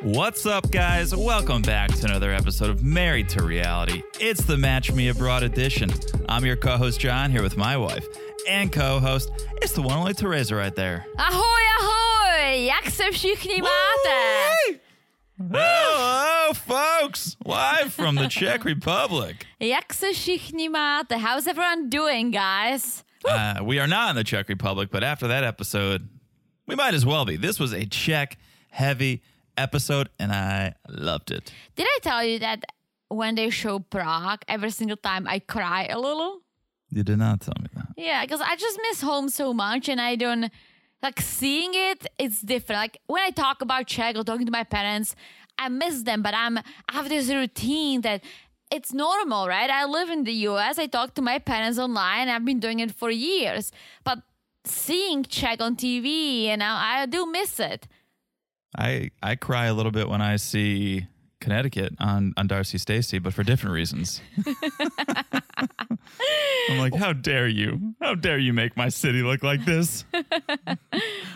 What's up, guys? Welcome back to another episode of Married to Reality. It's the Match Me Abroad edition. I'm your co host, John, here with my wife and co host. It's the one and only Teresa right there. Ahoj, ahoj! Jak se všichni máte? Hello, folks! Live from the Czech Republic. Jak se všichni máte? How's everyone doing, guys? Uh, we are not in the Czech Republic, but after that episode, we might as well be. This was a Czech heavy episode, and I loved it. Did I tell you that when they show Prague, every single time I cry a little? You did not tell me that. Yeah, because I just miss home so much and I don't like seeing it, it's different. Like when I talk about Czech or talking to my parents, I miss them, but I'm I have this routine that it's normal, right? I live in the US, I talk to my parents online, I've been doing it for years. But seeing Czech on TV, you know, I do miss it. I, I cry a little bit when I see Connecticut on, on Darcy Stacy, but for different reasons. I'm like, how dare you? How dare you make my city look like this?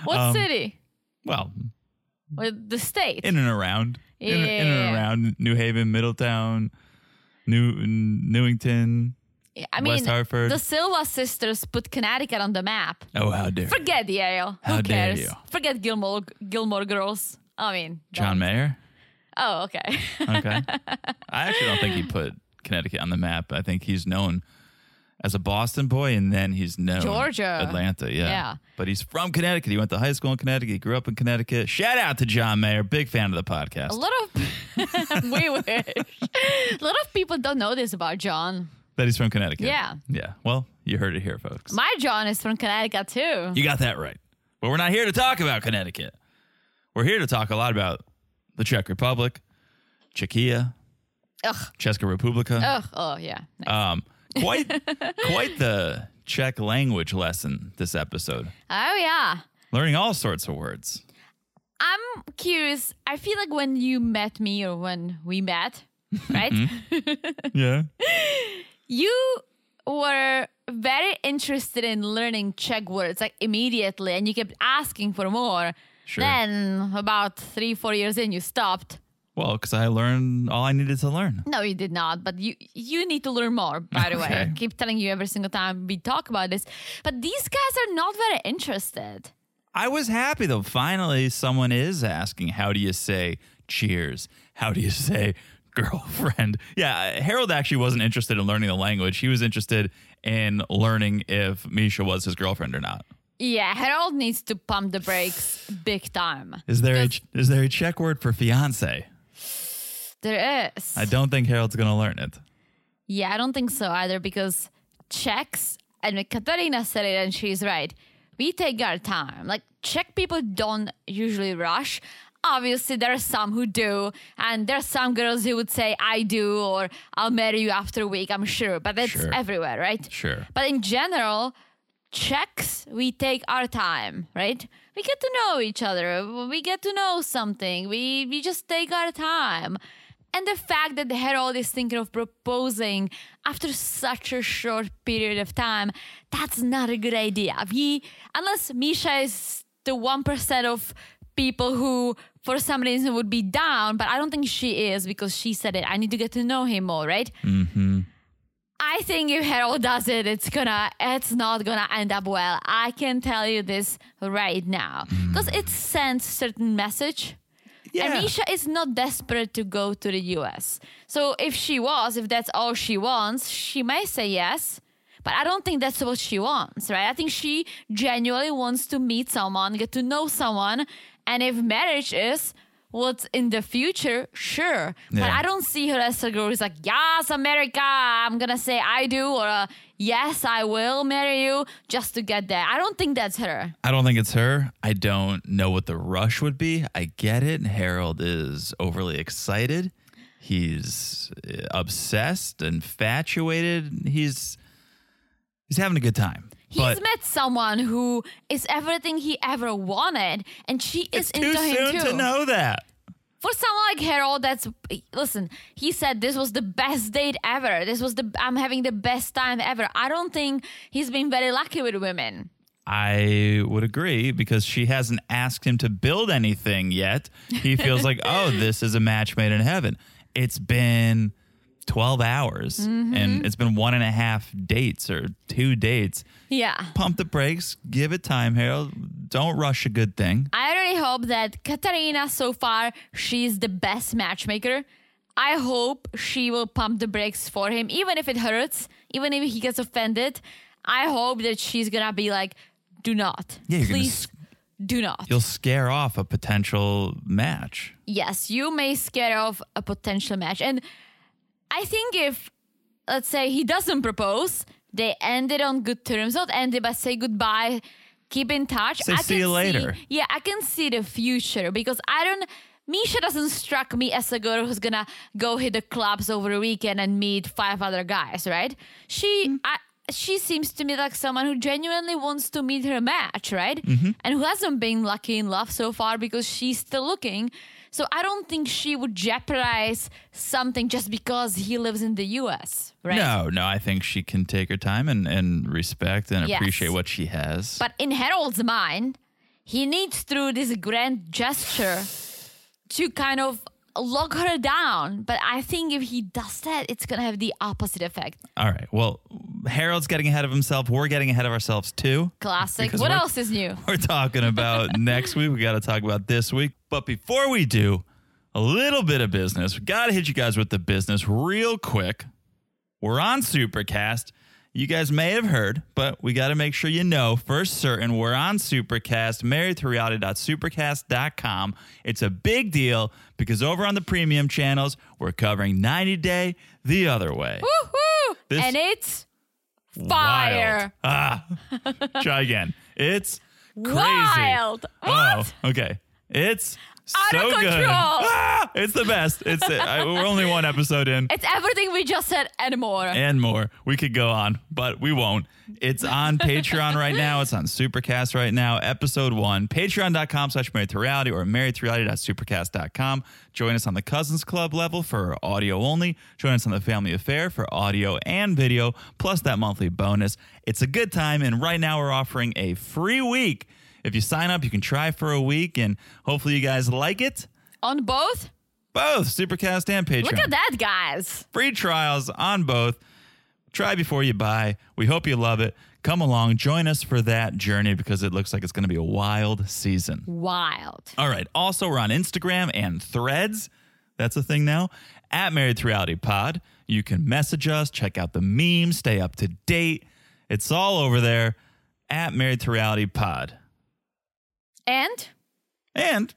What Um, city? Well, Or the state? in and around, in, in and Yeah. around New Haven, Middletown, New Newington. I mean, West Hartford. the Silva sisters put Connecticut on the map. Oh, how dare you. Forget Yale. Who How dare cares? you. Forget Gilmore Gilmore Girls. I mean, John don't. Mayer? Oh, okay. Okay. I actually don't think he put Connecticut on the map. I think he's known as a Boston boy and then he's known Georgia. Atlanta, yeah. Yeah. But he's from Connecticut. He went to high school in Connecticut. He grew up in Connecticut. Shout out to John Mayer. Big fan of the a podcast. lot of we wish. A lot of people don't know this about John. that he's from Connecticut. Yeah. Yeah. Well, you heard it here, folks. My John is from Connecticut too. you got that right. But we're not here to talk about Connecticut. We're here to talk a lot about the Czech Republic, Czechia, Ugh. Česká Republika. Ugh. Oh yeah. Um, quite quite the Czech language lesson this episode. Oh yeah. Learning all sorts of words. I'm curious. I feel like when you met me or when we met, right? Mm-hmm. Yeah. you were very interested in learning Czech words like immediately, and you kept asking for more. Sure. Then, about three, four years in, you stopped. Well, because I learned all I needed to learn. No, you did not. But you you need to learn more. By the way, Okay. I keep telling you every single time we talk about this. But these guys are not very interested. I was happy though. Finally, someone is asking, "How do you say cheers? How do you say girlfriend?" Yeah, Harold actually wasn't interested in learning the language. He was interested in learning if Misha was his girlfriend or not. Yeah, Harold needs to pump the brakes big time. Is there a, is there a Czech word for fiance? There is. I don't think Harold's going to learn it. Yeah, I don't think so either because Czechs, and Katarina said it and she's right. We take our time. Like, Czech people don't usually rush. Obviously, there are some who do, and there are some girls who would say, I do, or I'll marry you after a week, I'm sure. But that's Sure. everywhere, right? Sure. But in general, Czechs, we take our time, right? We get to know each other. We get to know something. We we just take our time. And the fact that Harold is thinking of proposing after such a short period of time, that's not a good idea. We, unless Misha is the 1% of people who, for some reason, would be down, but I don't think she is because she said it. I need to get to know him more, right? I think if Harold does it, it's gonna, it's not gonna end up well. I can tell you this right now because it sends certain message. Yeah. And Misha is not desperate to go to the US. So if she was, if that's all she wants, she may say yes. But I don't think that's what she wants, right? I think she genuinely wants to meet someone, get to know someone. And if marriage is, what's in the future, sure. But Yeah. I don't see her as a girl who's like, yes, America, I'm going to say I do, or uh, yes, I will marry you just to get there. I don't think that's her. I don't think it's her. I don't know what the rush would be. I get it. Harold is overly excited. He's uh, obsessed, infatuated. He's he's having a good time. He's met someone who is everything he ever wanted, and she it's is too into him soon too. to know that. for someone like Harold, that's listen. He said this was the best date ever. This was the I'm having the best time ever. I don't think he's been very lucky with women. I would agree because she hasn't asked him to build anything yet. He feels like, oh, this is a match made in heaven. It's been 12 hours Mm-hmm. and it's been one and a half dates or two dates. Yeah. Pump the brakes, give it time, Harold. Don't rush a good thing. I really hope that Katarina so far she's the best matchmaker. I hope she will pump the brakes for him, even if it hurts, even if he gets offended. I hope that she's gonna be like, "Do not, Yeah, you're gonna please, s- do not." You'll scare off a potential match. yes, you may scare off a potential match. And I think if, let's say, he doesn't propose, they ended on good terms, not ended, but say goodbye, keep in touch. Say, "See can you later." yeah, I can see the future because I don't. Misha doesn't struck me as a girl who's gonna go hit the clubs over a weekend and meet five other guys, right? She, I, she seems to me like someone who genuinely wants to meet her match, right? And who hasn't been lucky in love so far because she's still looking. So I don't think she would jeopardize something just because he lives in the U.S., right? No, no, I think she can take her time and, and respect and Yes. appreciate what she has. But in Harold's mind, he needs through this grand gesture to kind of lock her down. But I think if he does that, it's gonna have the opposite effect. All right. Well, Harold's getting ahead of himself. We're getting ahead of ourselves too. Classic. Because what we're- else is new? we're talking about next week. We got to talk about this week. But before we do, a little bit of business. We got to hit you guys with the business real quick. We're on Supercast. You guys may have heard, but we got to make sure you know for certain we're on Supercast, married to reality.supercast.com. It's a big deal because over on the premium channels, we're covering 90 Day the Other Way. Woohoo! This- and it's fire. Wild. Ah, try again. It's crazy. Wild. What? Oh, okay. It's Out so of good. control. Ah, it's the best. It's I, we're only one episode in It's everything we just said and more. and more. We could go on, but we won't. It's on Patreon right now. It's on Supercast right now. Episode one, patreon.com slash married to reality or married to reality.supercast.com. Join us on the Cousins Club level for audio only. Join us on the Family Affair for audio and video, plus that monthly bonus. It's a good time. And right now we're offering a free week. If you sign up, you can try for a week and hopefully you guys like it. On both? Both Supercast and Patreon Look at that, guys. free trials on both. Try before you buy. We hope you love it. Come along, join us for that journey because it looks like it's going to be a wild season. Wild. All right. Also, we're on Instagram and Threads. That's a thing now. At Married to Reality Pod. You can message us, check out the memes, stay up to date. It's all over there at Married to Reality Pod. And And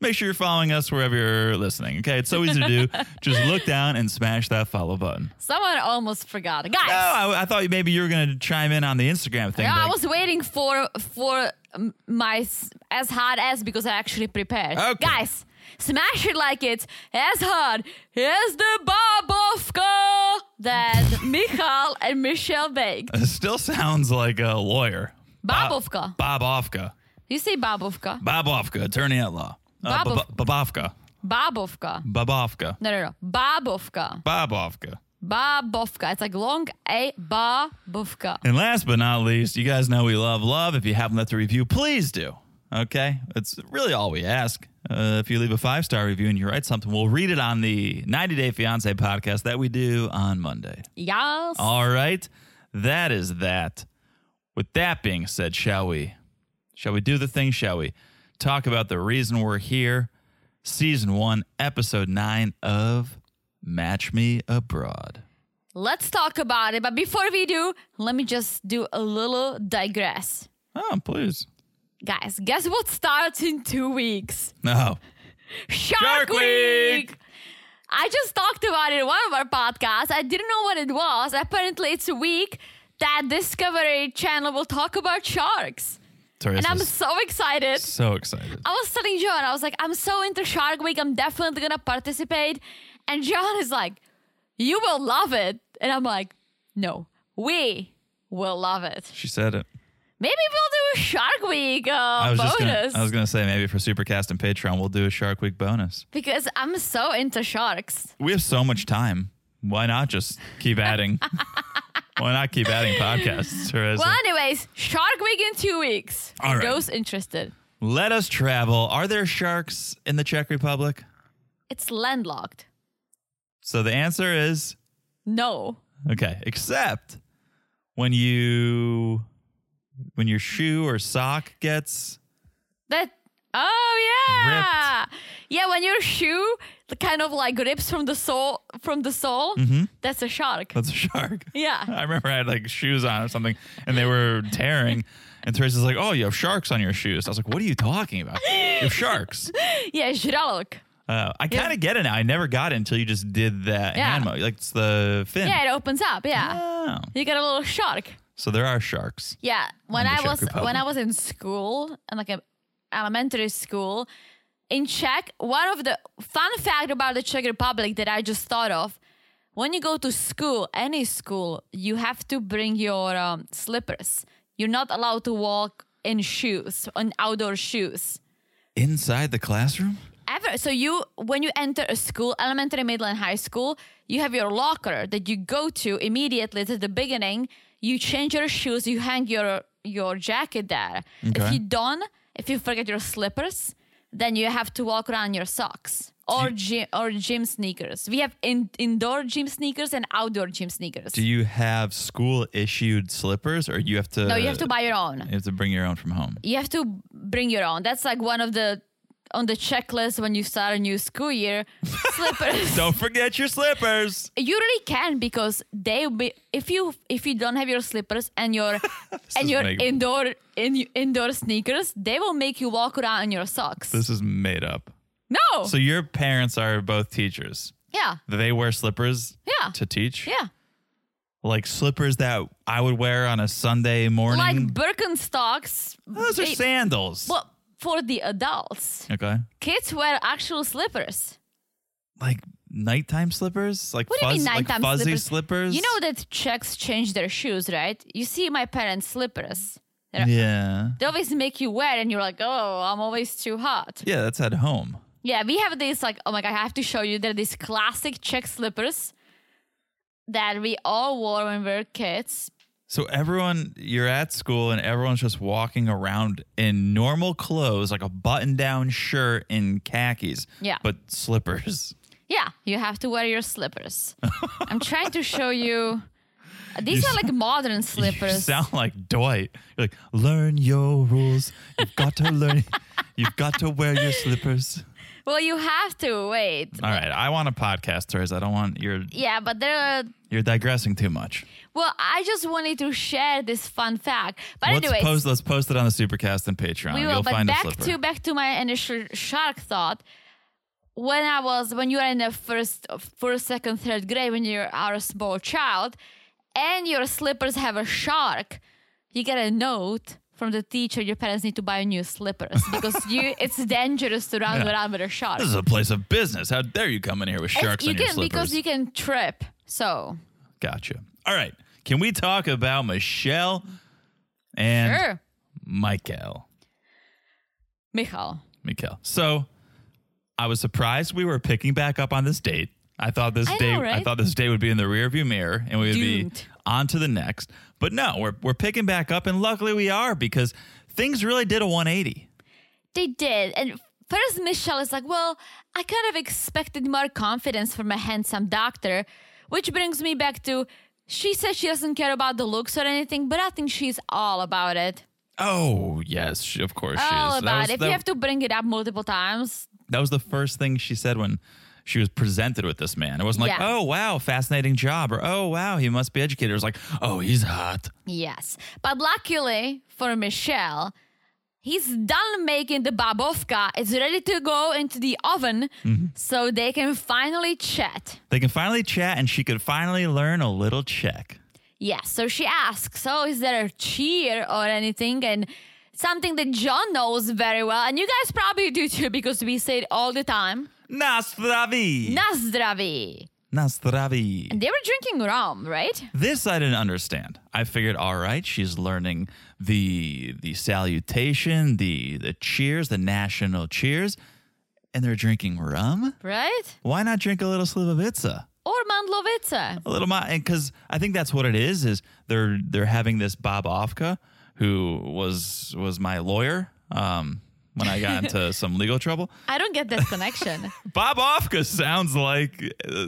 make sure you're following us wherever you're listening. Okay. It's so easy to do. Just look down and smash that follow button. someone almost forgot. Guys. No, I, I thought maybe you were going to chime in on the Instagram thing. Yeah, I like, was waiting for for um, my s- as hard as because I actually prepared. Okay. Guys, smash it like it's as hard as the babovka that Michal and Michelle baked. It still sounds like a lawyer. Babovka. Bob Ofka. You say babovka? Bob Ofka, attorney at law. Uh, Bob- Bob- Bobovka. Babovka. Bobovka. No, no, no. Babovka. Bobovka. Babovka. It's like long a babovka. And last but not least, you guys know we love love. If you haven't left a review, please do. Okay? It's really all we ask. Uh, if you leave a five star review and you write something, we'll read it on the 90 Day Fiancé podcast that we do on Monday. Yes. All right. That is that. With that being said, shall we? Shall we do the thing? Shall we talk about the reason we're here? Season one, episode nine of Match Me Abroad. Let's talk about it. But before we do, let me just do a little digress. Oh, please. Guys, guess what starts in two weeks? No. Shark, Shark Week! Week! I just talked about it in one of our podcasts. I didn't know what it was. Apparently, it's a week that Discovery Channel will talk about sharks. Sorry, And this I'm is so excited. so excited. I was telling John, I was like, I'm so into Shark Week. I'm definitely going to participate. And John is like, You will love it. And I'm like, No, we will love it. She said it. Maybe we'll do a Shark Week I uh, was just gonna, bonus I was gonna say maybe for Supercast and Patreon we'll do a Shark Week bonus. because I'm so into sharks. We have so much time. Why not just keep adding? Why not keep adding podcasts? Teresa? Well, anyways, Shark Week in two weeks. All right. Those interested. Let us travel. Are there sharks in the Czech Republic? It's landlocked. So the answer is No. okay, except when you when your shoe or sock gets That. Oh yeah. Yeah, when your shoe kind of like rips from the sole from the sole, Mm-hmm. that's a shark. that's a shark. Yeah. I remember I had like shoes on or something and they were tearing. And Teresa's like, Oh, you have sharks on your shoes. I was like, What are you talking about? You have sharks. yeah, žralok. Uh, I kind of get it now. I never got it until you just did that Yeah. hand mo. Like it's the fin. Yeah, it opens up. Yeah. Oh. You got a little shark. So there are sharks. Yeah, when the I Czech was Republic. when I was in school and like a elementary school in Czech, one of the fun fact about the Czech Republic that I just thought of, when you go to school, any school, you have to bring your um, slippers. You're not allowed to walk in shoes, on outdoor shoes. Inside the classroom? Ever. So you when you enter a school, elementary, middle and high school, you have your locker that you go to immediately at the beginning. You change your shoes, you hang your your jacket there. If Okay. you don't, if you forget your slippers, then you have to walk around your socks or gym or gym sneakers. We have in, indoor gym sneakers and outdoor gym sneakers. Do you have school issued slippers or you have to no, you have to buy your own. you have to bring your own from home? you have to bring your own. That's like one of the on the checklist when you start a new school year. Slippers. Don't forget your slippers. you really can because they be, if you if you don't have your slippers and your and is your making- indoor in, indoor sneakers they will make you walk around in your socks This is made up. no So your parents are both teachers. yeah They wear slippers Yeah. to teach? yeah Like slippers that I would wear on a Sunday morning. like birkenstocks Those are they- sandals. but for the adults okay. kids wear actual slippers Like nighttime slippers? Like what do fuzz, you mean like nighttime fuzzy slippers? slippers? you know that czechs change their shoes right you see my parents slippers They're- Yeah. they always make you wear and you're like oh i'm always too hot Yeah, that's at home. Yeah, we have these like oh my god, I have to show you. They're these classic Czech slippers that we all wore when we were kids. So everyone, you're at school and everyone's just walking around in normal clothes, like a button-down shirt and khakis. Yeah. But slippers. Yeah, you have to wear your slippers. I'm trying to show you. These You are like modern You slippers. sound like Dwight. You're like, learn your rules. You've got to learn. You've got to wear your slippers. well, you have to wait. All right, I want a podcast, Therese. I don't want you're Yeah, but they're. you're digressing too much. Well, I just wanted to share this fun fact. But let's anyways, post let's post it on the Supercast and Patreon. we will. Oh, You'll but find a back slipper. to back to my initial shark thought. When I was when you are in the first first second third grade when you are a small child, and your slippers have a shark, you get a note from the teacher. Your parents need to buy new slippers because you it's dangerous to run Yeah. around with a shark. this is a place of business. How dare you come in here with It's- sharks you on can your slippers? because you can trip. So gotcha. All right. Can we talk about Michelle and sure, Michael? Michal. Mikel. So I was surprised we were picking back up on this date. I thought this I know, day I right? thought this day would be in the rearview mirror and we would Doomed. be on to the next. But no, we're we're picking back up and luckily we are because things really did a 180. They did. And first, Michelle is like, well, I kind of expected more confidence from a handsome doctor, which brings me back to she says she doesn't care about the looks or anything, but I think she's all about it. Oh, yes, she- of course she is. all That about was- it. Oh, If that- you have to bring it up multiple times, That was the first thing she said when she was presented with this man. It wasn't like, Yeah. oh, wow, fascinating job, or oh, wow, he must be educated. It was like, oh, he's hot. yes. But luckily for Michelle, He's done making the babovka. It's ready to go into the oven Mm-hmm. so they can finally chat. They can finally chat and she could finally learn a little Czech. Yes. So she asks, "Oh, is there a cheer or anything?" And something that John knows very well, and you guys probably do too because we say it all the time. Nastravi! Nazdravi. Nastravi. And they were drinking rum, right? This I didn't understand. I figured, all right, she's learning the the salutation, the the cheers, the national cheers, and they're drinking rum. Right? Why not drink a little slivovica? Or Mandlovica. A little ma- and because I think that's what it is. Is they're they're having this Bob Ofka, who was was my lawyer um, when I got into some legal trouble. I don't get this connection. Bob Ofka sounds like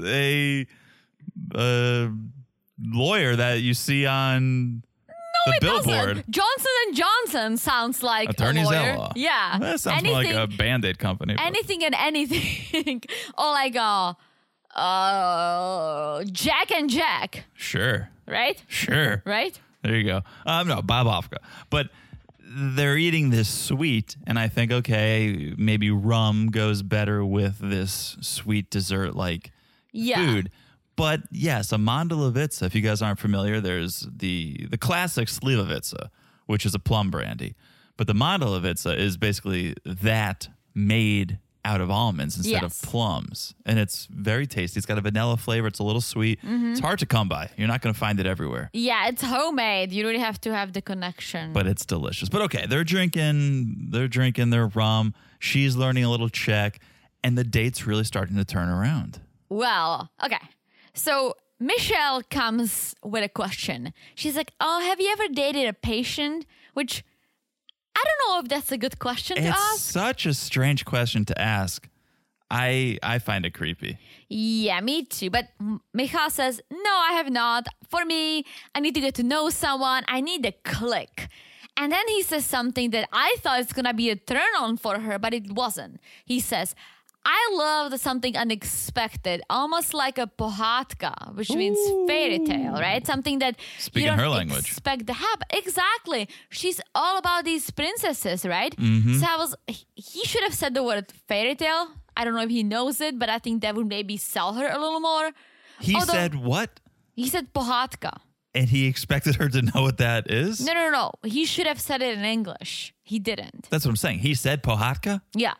a, uh lawyer that you see on the billboard. Doesn't. Johnson and Johnson sounds like Attorney a lawyer. Zella. Yeah. That sounds more anything, like a band aid company. but- anything and anything. or like a uh, Jack and Jack, Sure. right? Sure. Right? There you go. Um, no, Bob Ofka. But they're eating this sweet, and I think, okay, maybe rum goes better with this sweet dessert like Yeah. food. But yes, a Mondelovitsa, if you guys aren't familiar, there's the the classic Slivovitsa, which is a plum brandy. But the Mondelovitsa is basically that made out of almonds instead Yes. of plums. And it's very tasty. It's got a vanilla flavor. It's a little sweet. Mm-hmm. It's hard to come by. You're not going to find it everywhere, Yeah, it's homemade. You really have to have the connection. but it's delicious. But okay, they're drinking, they're drinking their rum. She's learning a little Czech, and the date's really starting to turn around. Well, okay. So Michelle comes with a question. She's like, "Oh, have you ever dated a patient?" Which I don't know if that's a good question to It's ask. such a strange question to ask. I I find it creepy. Yeah, me too. But M- Michal says, "No, I have not. For me, I need to get to know someone. I need a click." And then he says something that I thought is gonna be a turn on for her, but it wasn't. He says. I love something unexpected, almost like a pohatka, which means fairy tale, right? Something that Speaking you don't her language. expect to happen. Exactly. She's all about these princesses, right? So I was, he- he should have said the word fairy tale. I don't know if he knows it, but I think that would maybe sell her a little more. He Although- said what? He said pohatka. And he expected her to know what that is? No, no, no. He should have said it in English. He didn't. That's what I'm saying. He said Pohatka? Yeah.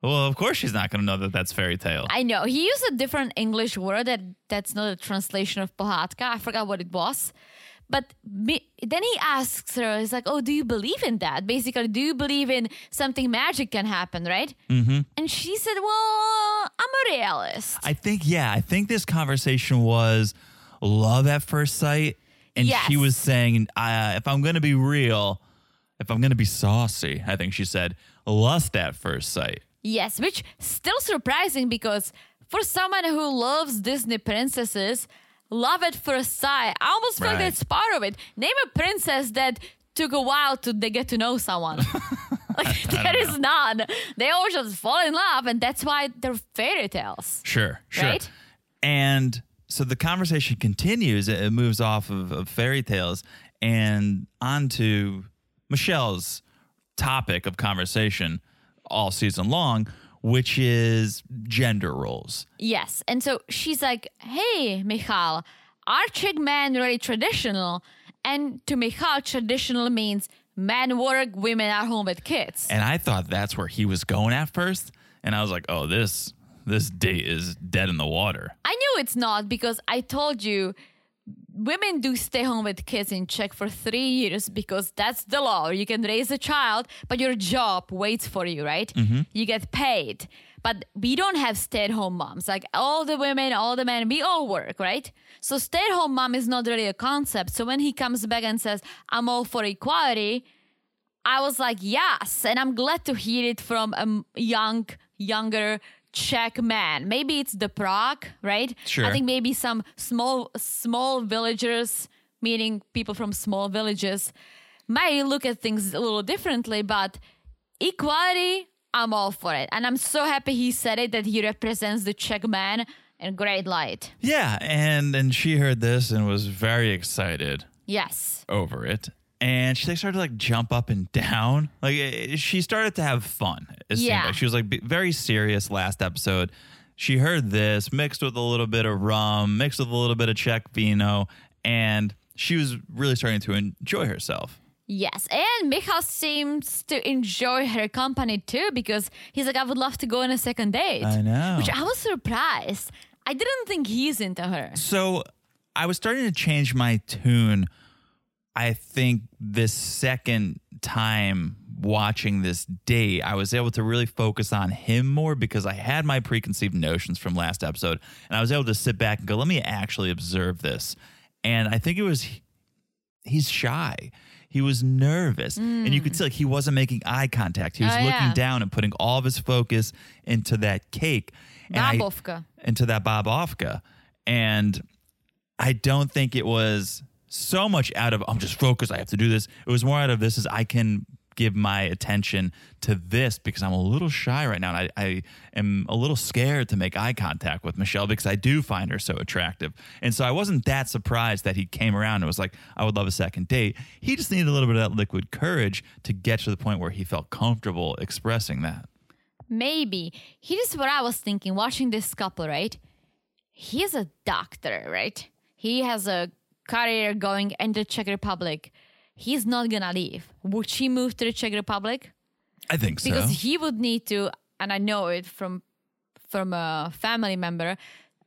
Well, of course she's not going to know that that's fairy tale. I know. He used a different English word that that's not a translation of pohatka. I forgot what it was. But me, then he asks her, he's like, oh, do you believe in that? Basically, do you believe in something magic can happen, right? Mm-hmm. And she said, well, I'm a realist. I think, yeah, I think this conversation was love at first sight. And Yes. she was saying, uh, if I'm going to be real, if I'm going to be saucy, I think she said, lust at first sight. Yes, which still surprising because for someone who loves Disney princesses, love at first sight. I almost feel like Right. that's part of it. Name a princess that took a while to they get to know someone. like there is none. They all just fall in love, and that's why they're fairy tales. Sure, sure. Right? And so the conversation continues. It it moves off of, of fairy tales and onto Michelle's topic of conversation all season long, which is gender roles. Yes, and so she's like, "Hey, Michal, are Czech men really traditional?" And to Michal, traditional means men work, women are home with kids. And I thought that's where he was going at first. And I was like, oh, this this date is dead in the water. I knew it's not because I told you women do stay home with kids in Czech for three years because that's the law. You can raise a child, but your job waits for you, right? You get paid. But we don't have stay at home moms. Like all the women, all the men, we all work, right? So stay at home mom is not really a concept. So when he comes back and says, I'm all for equality, I was like, yes, and I'm glad to hear it from a m- young, younger Czech man. Maybe it's the Prague, right? Sure. I think maybe some small, small villagers, meaning people from small villages, may look at things a little differently. But equality, I'm all for it, and I'm so happy he said it that he represents the Czech man in great light. Yeah. And and she heard this and was very excited Yes. over it. and she like started to like jump up and down. Like eh, she started to have fun. It seemed Yeah. like she was like be- very serious last episode. She heard this mixed with a little bit of rum, mixed with a little bit of Czech vino, and she was really starting to enjoy herself. Yes, and Michal seems to enjoy her company too because he's like, I would love to go on a second date. I know. Which I was surprised. I didn't think he's into her. So I was starting to change my tune. I think this second time watching this date, I was able to really focus on him more because I had my preconceived notions from last episode and I was able to sit back and go, let me actually observe this. And I think it was he's shy. He was nervous. And you could see like he wasn't making eye contact. He was Hmm. Oh, looking yeah. down and putting all of his focus into that cake. And I- Babovka. into that Bobovka. And I don't think it was so much out of I'm just focused, I have to do this. It was more out of this is I can give my attention to this because I'm a little shy right now. And I, I am a little scared to make eye contact with Michelle because I do find her so attractive. And so I wasn't that surprised that he came around and was like, I would love a second date. He just needed a little bit of that liquid courage to get to the point where he felt comfortable expressing that. Maybe. Here's what I was thinking watching this couple, right? He's a doctor, right? He has a career going in the Czech Republic. He's not gonna leave. Would she move to the Czech Republic? I think so. because he would need to and i know it from from a family member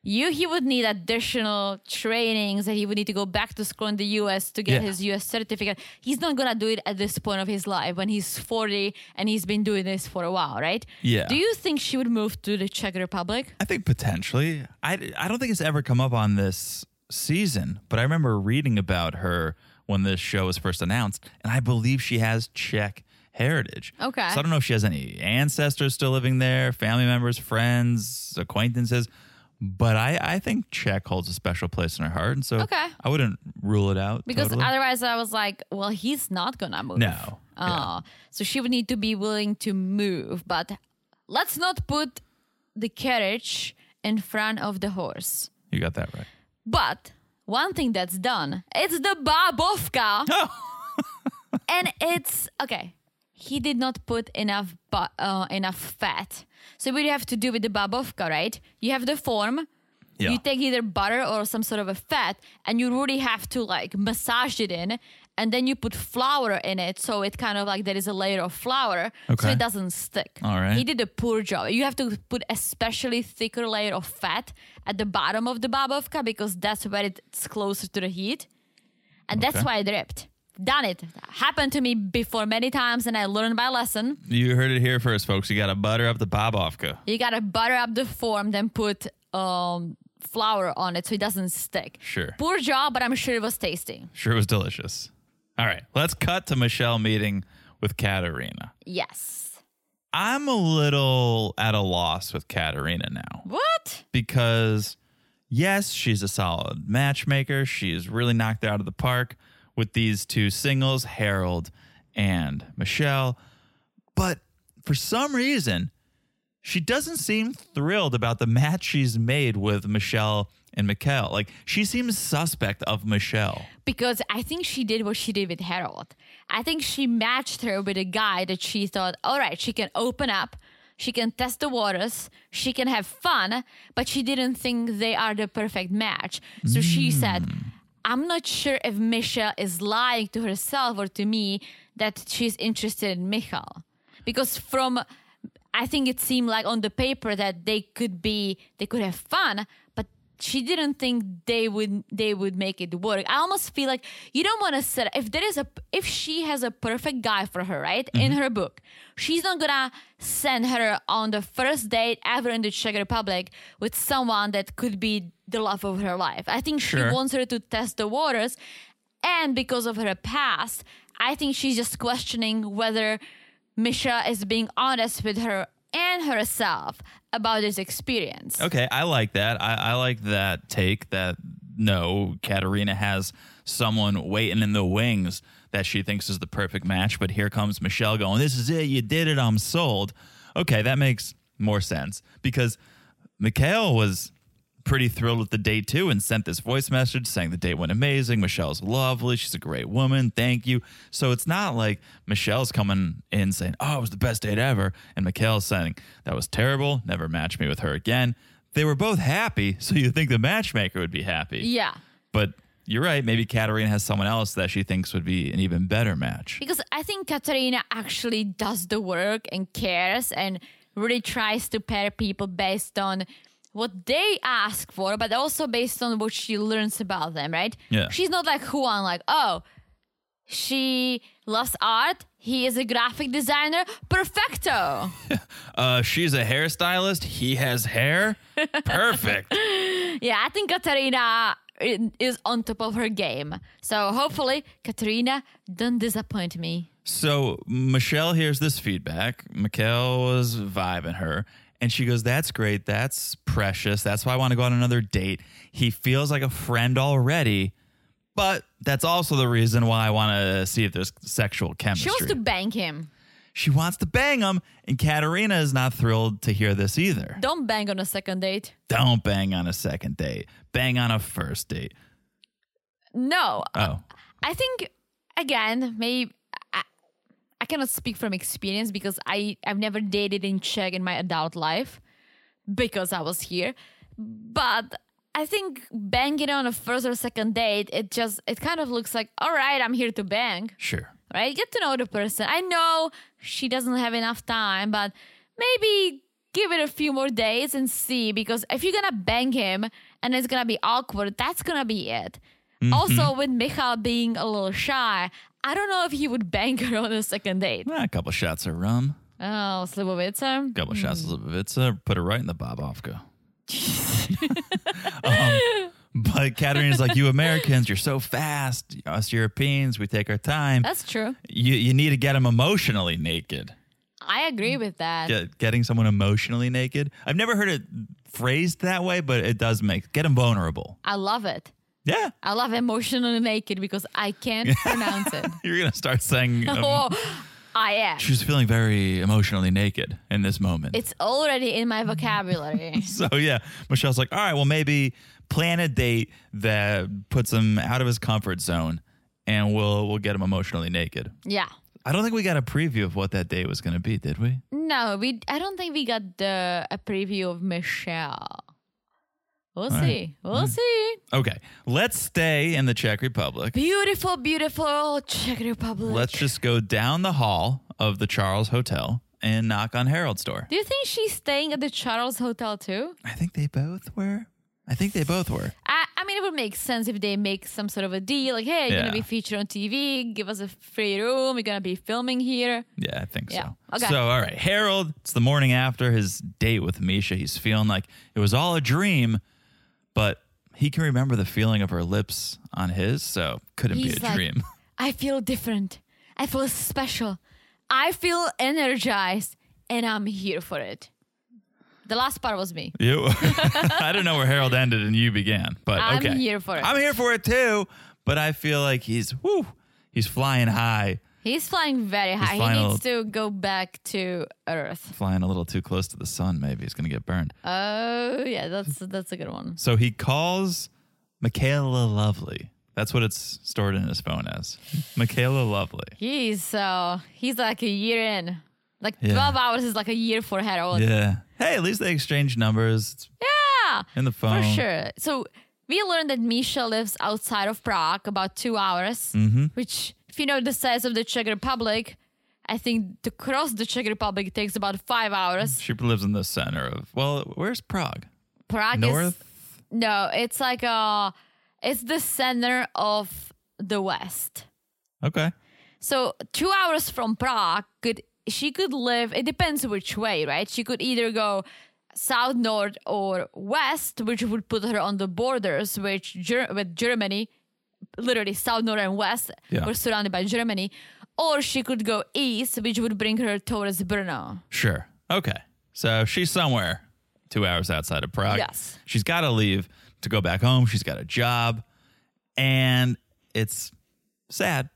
you he would need additional trainings and he would need to go back to school in the us to get Yeah. his us certificate he's not gonna do it at this point of his life when he's 40 and he's been doing this for a while right Yeah. do you think she would move to the czech republic I think potentially. I, I don't think it's ever come up on this season, but I remember reading about her when this show was first announced, and I believe she has Czech heritage. Okay. So I don't know if she has any ancestors still living there, family members, friends, acquaintances, but I, I think Czech holds a special place in her heart, and so Okay. I wouldn't rule it out. because totally. otherwise i was like well he's not gonna move No. oh so she would need to be willing to move but let's not put the carriage in front of the horse you got that right. But one thing that's done, it's the babovka. and it's okay. He did not put enough bu- uh, enough fat. So what you have to do with the babovka, right? You have the form. Yeah. You take either butter or some sort of a fat, and you really have to like massage it in, and then you put flour in it, so it kind of like there is a layer of flour, so Okay. it doesn't stick. All right. He did a poor job. You have to put especially thicker layer of fat at the bottom of the babovka because that's where it's closer to the heat. And that's Okay. why it ripped. Done it. Happened to me before many times and I learned my lesson. You heard it here first, folks. You got to butter up the Bobovka. You gotta butter up the form, then put um, flour on it so it doesn't stick. Sure. Poor job, but I'm sure it was tasty. Sure was delicious. All right, let's cut to Michelle meeting with Katerina. Yes. I'm a little at a loss with Katerina now What? because, yes, she's a solid matchmaker. She's really knocked it out of the park with these two singles, Harold and Michelle. But for some reason, she doesn't seem thrilled about the match she's made with Michelle and Mikkel. Like, she seems suspect of Michelle. Because I think she did what she did with Harold. I think she matched her with a guy that she thought, all right, she can open up, she can test the waters, she can have fun, but she didn't think they are the perfect match. So she said, I'm not sure if Misha is lying to herself or to me that she's interested in Michal. Because from I think it seemed like on the paper that they could be they could have fun, but she didn't think they would they would make it work. I almost feel like you don't want to set if there is a if she has a perfect guy for her, right? In Mm-hmm. her book. She's not gonna send her on the first date ever in the Czech Republic with someone that could be the love of her life. I think she Sure. wants her to test the waters and because of her past, I think she's just questioning whether Misha is being honest with her and herself about this experience. Okay, I like that. I, I like that take that no, Katerina has someone waiting in the wings that she thinks is the perfect match, but here comes Michelle going, This is it, you did it, I'm sold. Okay, that makes more sense because Mikhail was pretty thrilled with the date too and sent this voice message saying the date went amazing. Michelle's lovely. She's a great woman. Thank you. So it's not like Michelle's coming in saying, Oh, it was the best date ever. And Mikhail's saying, That was terrible. Never match me with her again. They were both happy. So you think the matchmaker would be happy. Yeah. But you're right. Maybe Katerina has someone else that she thinks would be an even better match. Because I think Katarina actually does the work and cares and really tries to pair people based on what they ask for, but also based on what she learns about them, right? Yeah. She's not like Juan, like, oh, she loves art. He is a graphic designer. Perfecto. Uh, she's a hairstylist. He has hair. Perfect. Yeah, I think Katarina i- is on top of her game. So hopefully, Katarina, don't disappoint me. So Michelle hears this feedback. Mikhail was vibing her. And she goes, That's great. That's precious. That's why I want to go on another date. He feels like a friend already. But that's also the reason why I want to see if there's sexual She chemistry. wants to bang him. she wants to bang him. And Katerina is not thrilled to hear this either. Don't bang on a second date. Don't bang on a second date, bang on a first date. No, Oh, I think again, maybe I, I cannot speak from experience because I I've never dated in Czech in my adult life because I was here, but. I think banging on a first or second date, it just it kind of looks like, all right, I'm here to bang. sure. right? Get to know the person. I know she doesn't have enough time, but maybe give it a few more days and see. Because if you're gonna bang him and it's gonna be awkward, that's gonna be it. Also, with Michal being a little shy, I don't know if he would bang her on a second date. Ah, a couple shots of rum, Oh, Slivovica. a couple shots of Lipovitza, put it right in the Bobovka. um, but Katerina's like, You Americans, you're so fast. Us Europeans, we take our time. That's true. You, you need to get them emotionally naked. I agree with that. Get, getting someone emotionally naked. I've never heard it phrased that way, but it does make get them vulnerable. I love it. Yeah. I love emotionally naked because I can't pronounce it. You're going to start saying, um, Oh, I am. She was feeling very emotionally naked in this moment. It's already in my vocabulary. so yeah, Michelle's like, all right, well maybe plan a date that puts him out of his comfort zone, and we'll we'll get him emotionally naked. yeah. I don't think we got a preview of what that date was going to be, did we? No, we. I don't think we got the a preview of Michelle. We'll see. We'll see. Okay, let's stay in the Czech Republic. Beautiful, beautiful Czech Republic. Let's just go down the hall of the Charles Hotel and knock on Harold's door. Do you think she's staying at the Charles Hotel too? I think they both were. I think they both were. I, I mean, it would make sense if they make some sort of a deal, like, "Hey, you're Yeah. gonna be featured on TV. Give us a free room. We're gonna be filming here." Yeah, I think Yeah. so. Okay. So, all right, Harold, it's the morning after his date with Misha. He's feeling like it was all a dream, but he can remember the feeling of her lips on his, so couldn't He's be a like, dream. I feel different. I feel special. I feel energized, and I'm here for it. The last part was me. You, I don't know where Harold ended and you began, but I'm okay. here for it. I'm here for it too, but I feel like he's woo, he's flying high, He's flying very high. flying a he needs to go back to Earth. flying a little too close to the sun. Maybe he's gonna get burned. Oh yeah, that's that's a good one. So he calls Michaela Lovely. That's what it's stored in his phone as. Michaela Lovely. He's so he's like a year in. Like Yeah. twelve hours is like a year for Harold. Yeah, Yeah. Hey, at least they exchange numbers It's in the for phone. sure. So we learned that Misha lives outside of Prague, about two hours. Mm-hmm. Which, if you know the size of the Czech Republic, I think to cross the Czech Republic takes about five hours. She lives in the center of, well, where's Prague? Prague is North? no, it's like a, it's the center of the West. Okay. So two hours from Prague, could she could live? It depends which way, right? She could either go south, north, or west, which would put her on the borders, which Ger- with Germany, literally south, north, and west. Yeah. We're surrounded by Germany, or she could go east, which would bring her towards Brno. Sure. Okay. So she's somewhere two hours outside of Prague. Yes. She's got to leave to go back home. She's got a job. And it's sad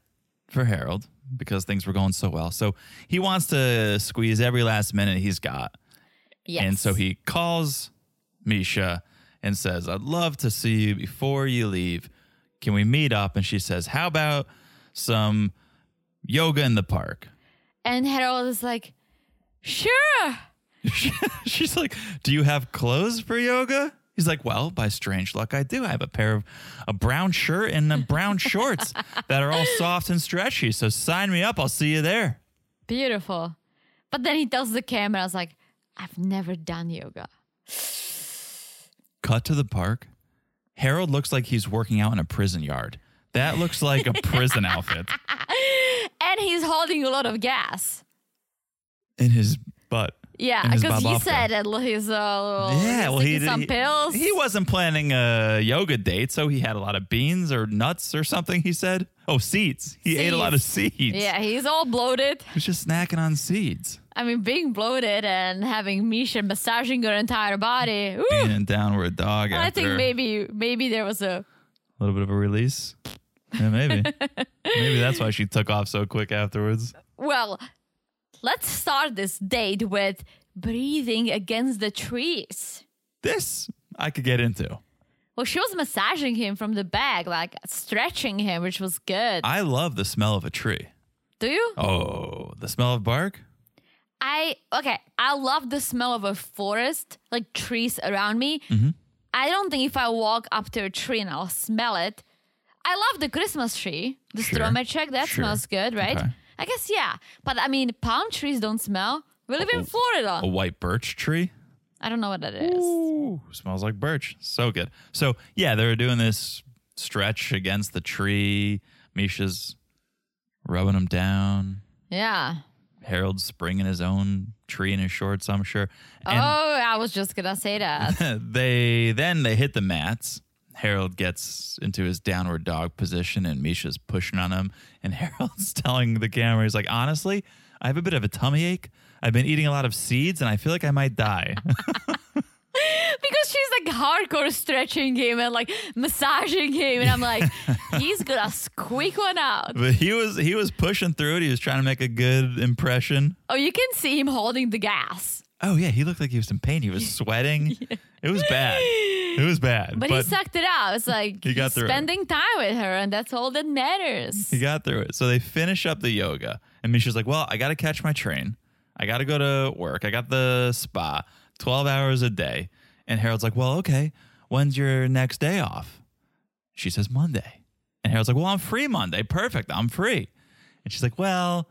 for Harold because things were going so well. So he wants to squeeze every last minute he's got. Yes. And so he calls Misha and says, I'd love to see you before you leave. Can we meet up? And she says, How about some yoga in the park? And Harold is like, sure. She's like, Do you have clothes for yoga? He's like, Well, by strange luck, I do. I have a pair of a brown shirt and a brown shorts that are all soft and stretchy. So sign me up. I'll see you there. Beautiful. But then he tells the camera, I was like, I've never done yoga. Cut to the park. Harold looks like he's working out in a prison yard. That looks like a prison outfit And he's holding a lot of gas. in his butt. Yeah, In his because he babavka. said that he's uh, Yeah, well, he taking some he, pills. He wasn't planning a yoga date, so he had a lot of beans or nuts or something. He said, "Oh, seeds." He ate a lot of seeds. yeah, he's all bloated. he was just snacking on seeds, I mean, being bloated and having Misha massaging your entire body. Ooh, being in downward dog. I after think maybe maybe there was a a little bit of a release. Yeah, maybe, maybe that's why she took off so quick afterwards. well. Let's start this date with breathing against the trees. This I could get into. Well, she was massaging him from the back, like stretching him, which was good. I love the smell of a tree. Do you? Oh, the smell of bark. I okay. I love the smell of a forest, like trees around me. Mm-hmm. I don't think if I walk up to a tree and I'll smell it. I love the Christmas tree, the Sure. stromachek. That Sure. smells good, right? Okay. I guess yeah. But I mean, palm trees don't smell. We Oh, live in Florida. A white birch tree. I don't know what that is. Ooh, smells like birch. So good. So yeah, they were doing this stretch against the tree. Misha's rubbing him down. Yeah. Harold's springing his own tree in his shorts, I'm sure. And oh, I was just gonna say that. they then they hit the mats. Harold gets into his downward dog position and Misha's pushing on him. And Harold's telling the camera, he's like, honestly, I have a bit of a tummy ache. I've been eating a lot of seeds and I feel like I might die. because she's like hardcore stretching him and like massaging him, and I'm like, he's gonna squeak one out. But he was he was pushing through it. He was trying to make a good impression. Oh, you can see him holding the gas. Oh yeah, he looked like he was in pain. He was sweating. It was bad. It was bad. But, But, he sucked it out. It's like He got he's through it. spending time with her, and that's all that matters. he got through it. So they finish up the yoga, and Misha's like, "Well, I got to catch my train. I got to go to work. I got the spa, twelve hours a day." And Harold's like, "Well, okay. When's your next day off?" She says Monday, and Harold's like, "Well, I'm free Monday. Perfect. I'm free." And she's like, "Well."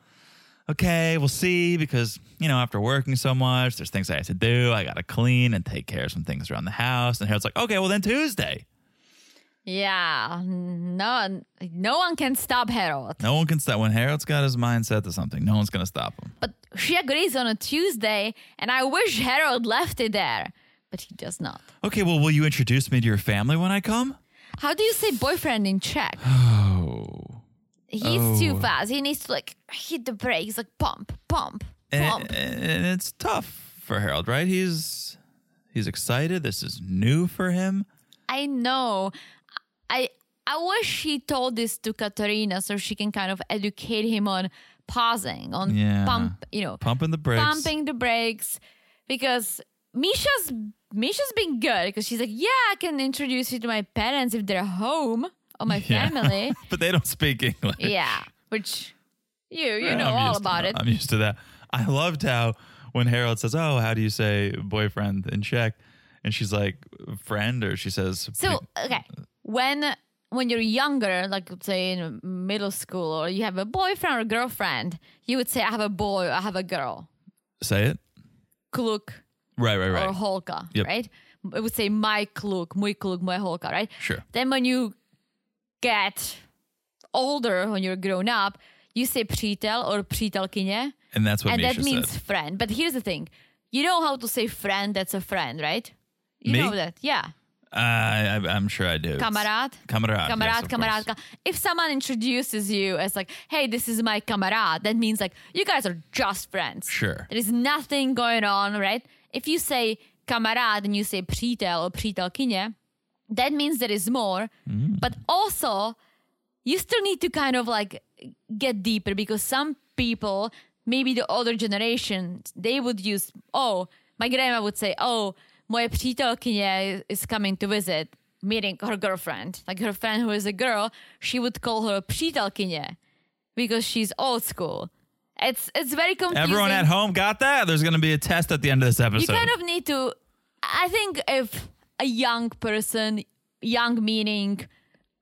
okay, we'll see because, you know, after working so much, there's things I have to do. I got to clean and take care of some things around the house. And Harold's like, okay, well, then Tuesday. Yeah, no, no one can stop Harold. No one can stop. When Harold's got his mind set to something, no one's going to stop him. But she agrees on a Tuesday, and I wish Harold left it there, but he does not. Okay, well, will you introduce me to your family when I come? How do you say boyfriend in Czech? Oh. He's too fast. He needs to like hit the brakes, like pump, pump, pump. And, and Eh, it's tough for Harold, right? He's he's excited. This is new for him. I know. I I wish he told this to Katarina so she can kind of educate him on pausing, on Yeah. pump, you know, Pumping the brakes. pumping the brakes, because Misha's Misha's been good because she's like, yeah, I can introduce you to my parents if they're home or my Yeah. family. But they don't speak English. yeah, which you you Yeah, know I'm all used to about that. it. I'm used to that. I loved how when Harold says, "Oh, how do you say boyfriend in Czech?" and she's like, "Friend," or she says, So okay, when when you're younger, like say in middle school, or you have a boyfriend or girlfriend, you would say, "I have a boy," "I have a girl," "Say it." "kluk" Right, right, or right. "holka," Yep. right? It would say "my kluk," "můj kluk," "moje holka," right? Sure. Then when you get older, when you're grown up, you say "přítel" or "přítelkyně," And that's what and Misha that means said. friend. But here's the thing: you know how to say "friend." That's a friend, right? You Me? know that, yeah. Uh, I, I'm sure I do. It's- Kamarad. Kamarad. yes, Kamarad, of kamarad. course. ka- If someone introduces you as like, hey, this is my kamarad, that means like you guys are just friends. Sure. There is nothing going on, right? If you say kamarad and you say přítel or přítelkyně, that means there is more. Mm. But also, you still need to kind of like get deeper because some people, maybe the older generation, they would use, oh, my grandma would say, oh, moje přítelkyně is coming to visit, meeting her girlfriend. Like her friend who is a girl, she would call her přítelkyně because she's old school. It's it's very confusing. Everyone at home got that? There's going to be a test at the end of this You episode. kind of need to. I think if a young person, young meaning,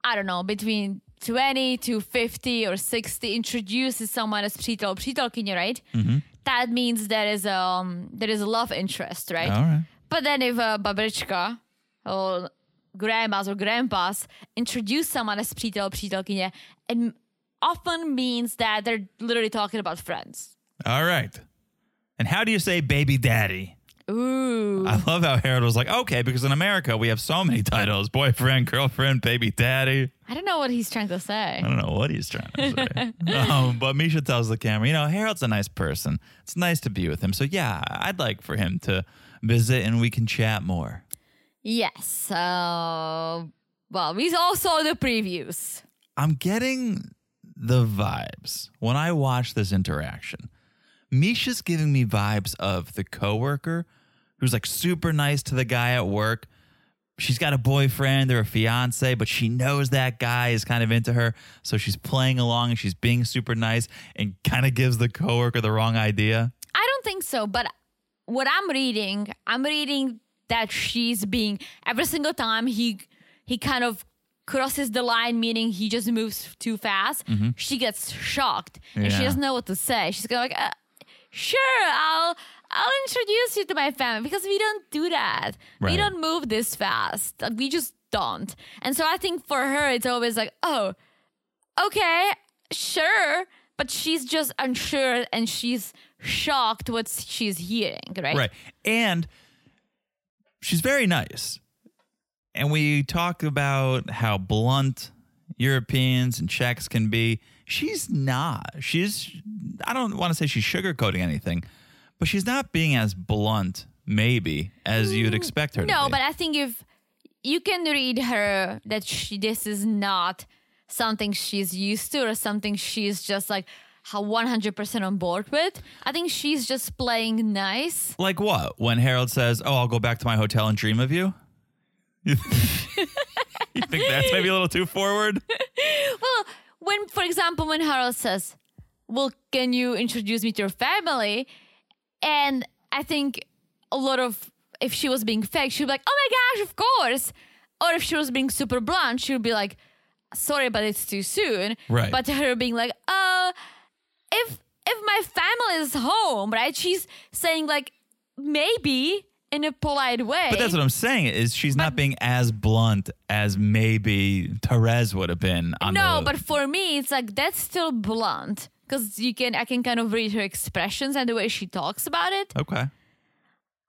I don't know, between 20 to 50 or 60, introduces someone as přítel or přítelkyně, right? Mm-hmm. That means there is um there is a love interest, right? All right. But then if a babička or grandmas or grandpas introduce someone as přítel or přítelkyně, it often means that they're literally talking about friends. All right. And how do you say baby daddy? Ooh. I love how Harold was like, okay, because in America we have so many titles boyfriend, girlfriend, baby daddy. I don't know what he's trying to say. I don't know what he's trying to say. um, but Misha tells the camera, you know, Harold's a nice person. It's nice to be with him. So, yeah, I'd like for him to visit and we can chat more. Yes. Uh, well, we all saw the previews. I'm getting the vibes when I watch this interaction. Misha's giving me vibes of the coworker who's like super nice to the guy at work. She's got a boyfriend or a fiance, but she knows that guy is kind of into her. So she's playing along and she's being super nice and kind of gives the coworker the wrong idea. I don't think so, but what I'm reading, I'm reading that she's being every single time he he kind of crosses the line, meaning he just moves too fast. She gets shocked and she Mm-hmm. Yeah. doesn't know what to say. She's going like, uh, "Sure, I'll." I'll introduce you to my family because we don't do that. We Right. don't move this fast. Like, we just don't. And so I think for her, it's always like, oh, okay, sure. But she's just unsure and she's shocked what she's hearing, right? Right. And she's very nice. And we talk about how blunt Europeans and Czechs can be. She's not. She's, I don't want to say she's sugarcoating anything, but she's not being as blunt, maybe, as you'd expect her to be. Mm, No, but I think if you can read her that she this is not something she's used to or something she's just like how 100% on board with. I think she's just playing nice. Like what? When Harold says, Oh, I'll go back to my hotel and dream of you? you think that's maybe a little too forward? Well, when for example when Harold says, "Well, can you introduce me to your family?" and I think a lot of if she was being fake, she'd be like, "Oh my gosh, of course." Or if she was being super blunt, she would be like, "Sorry, but it's too soon." Right. But her being like, "Uh, if if my family is home, right?" She's saying like, "Maybe." In a polite way. But that's what I'm saying is she's not being as blunt as maybe Therese would have been on no the but for me it's like that's still blunt because you can i can kind of read her expressions and the way she talks about it Okay.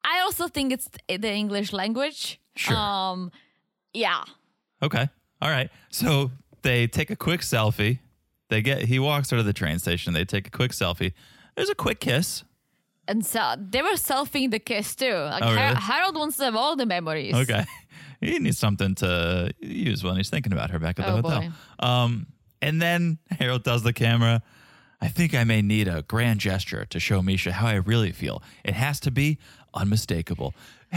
i also think it's the english language Sure. um yeah Okay. All right. So they take a quick selfie. They get he walks her to the train station. They take a quick selfie. There's a quick kiss. and so they were selfieing the kiss too like Oh, Har- really? harold wants to have all the memories Okay. he needs something to use when he's thinking about her back at the Oh, hotel. Um and then Harold tells the camera, I think I may need a grand gesture to show Misha how I really feel. It has to be unmistakable.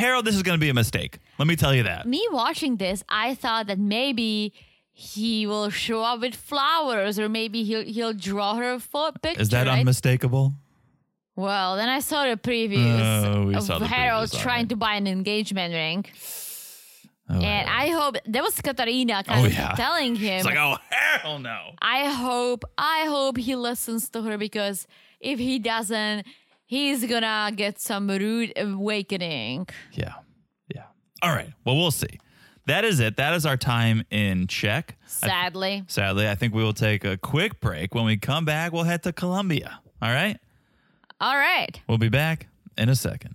Harold, this is going to be a mistake. Let me tell you that. me watching this i thought that maybe he will show up with flowers or maybe he'll he'll draw her a pho- picture Is that right? unmistakable? Well, then I saw the previews Oh, we of saw the Harold previews, all trying right. to buy an engagement ring. Oh, And I hope that was Katarina Oh, kind of yeah. telling him. It's like, oh hell no. I hope, I hope he listens to her because if he doesn't, he's gonna get some rude awakening. Yeah. Yeah. All right. Well, we'll see. That is it. That is our time in Czech. I- Sadly, sadly, I think we will take a quick break. When we come back, we'll head to Colombia. All right. all right. We'll be back in a second.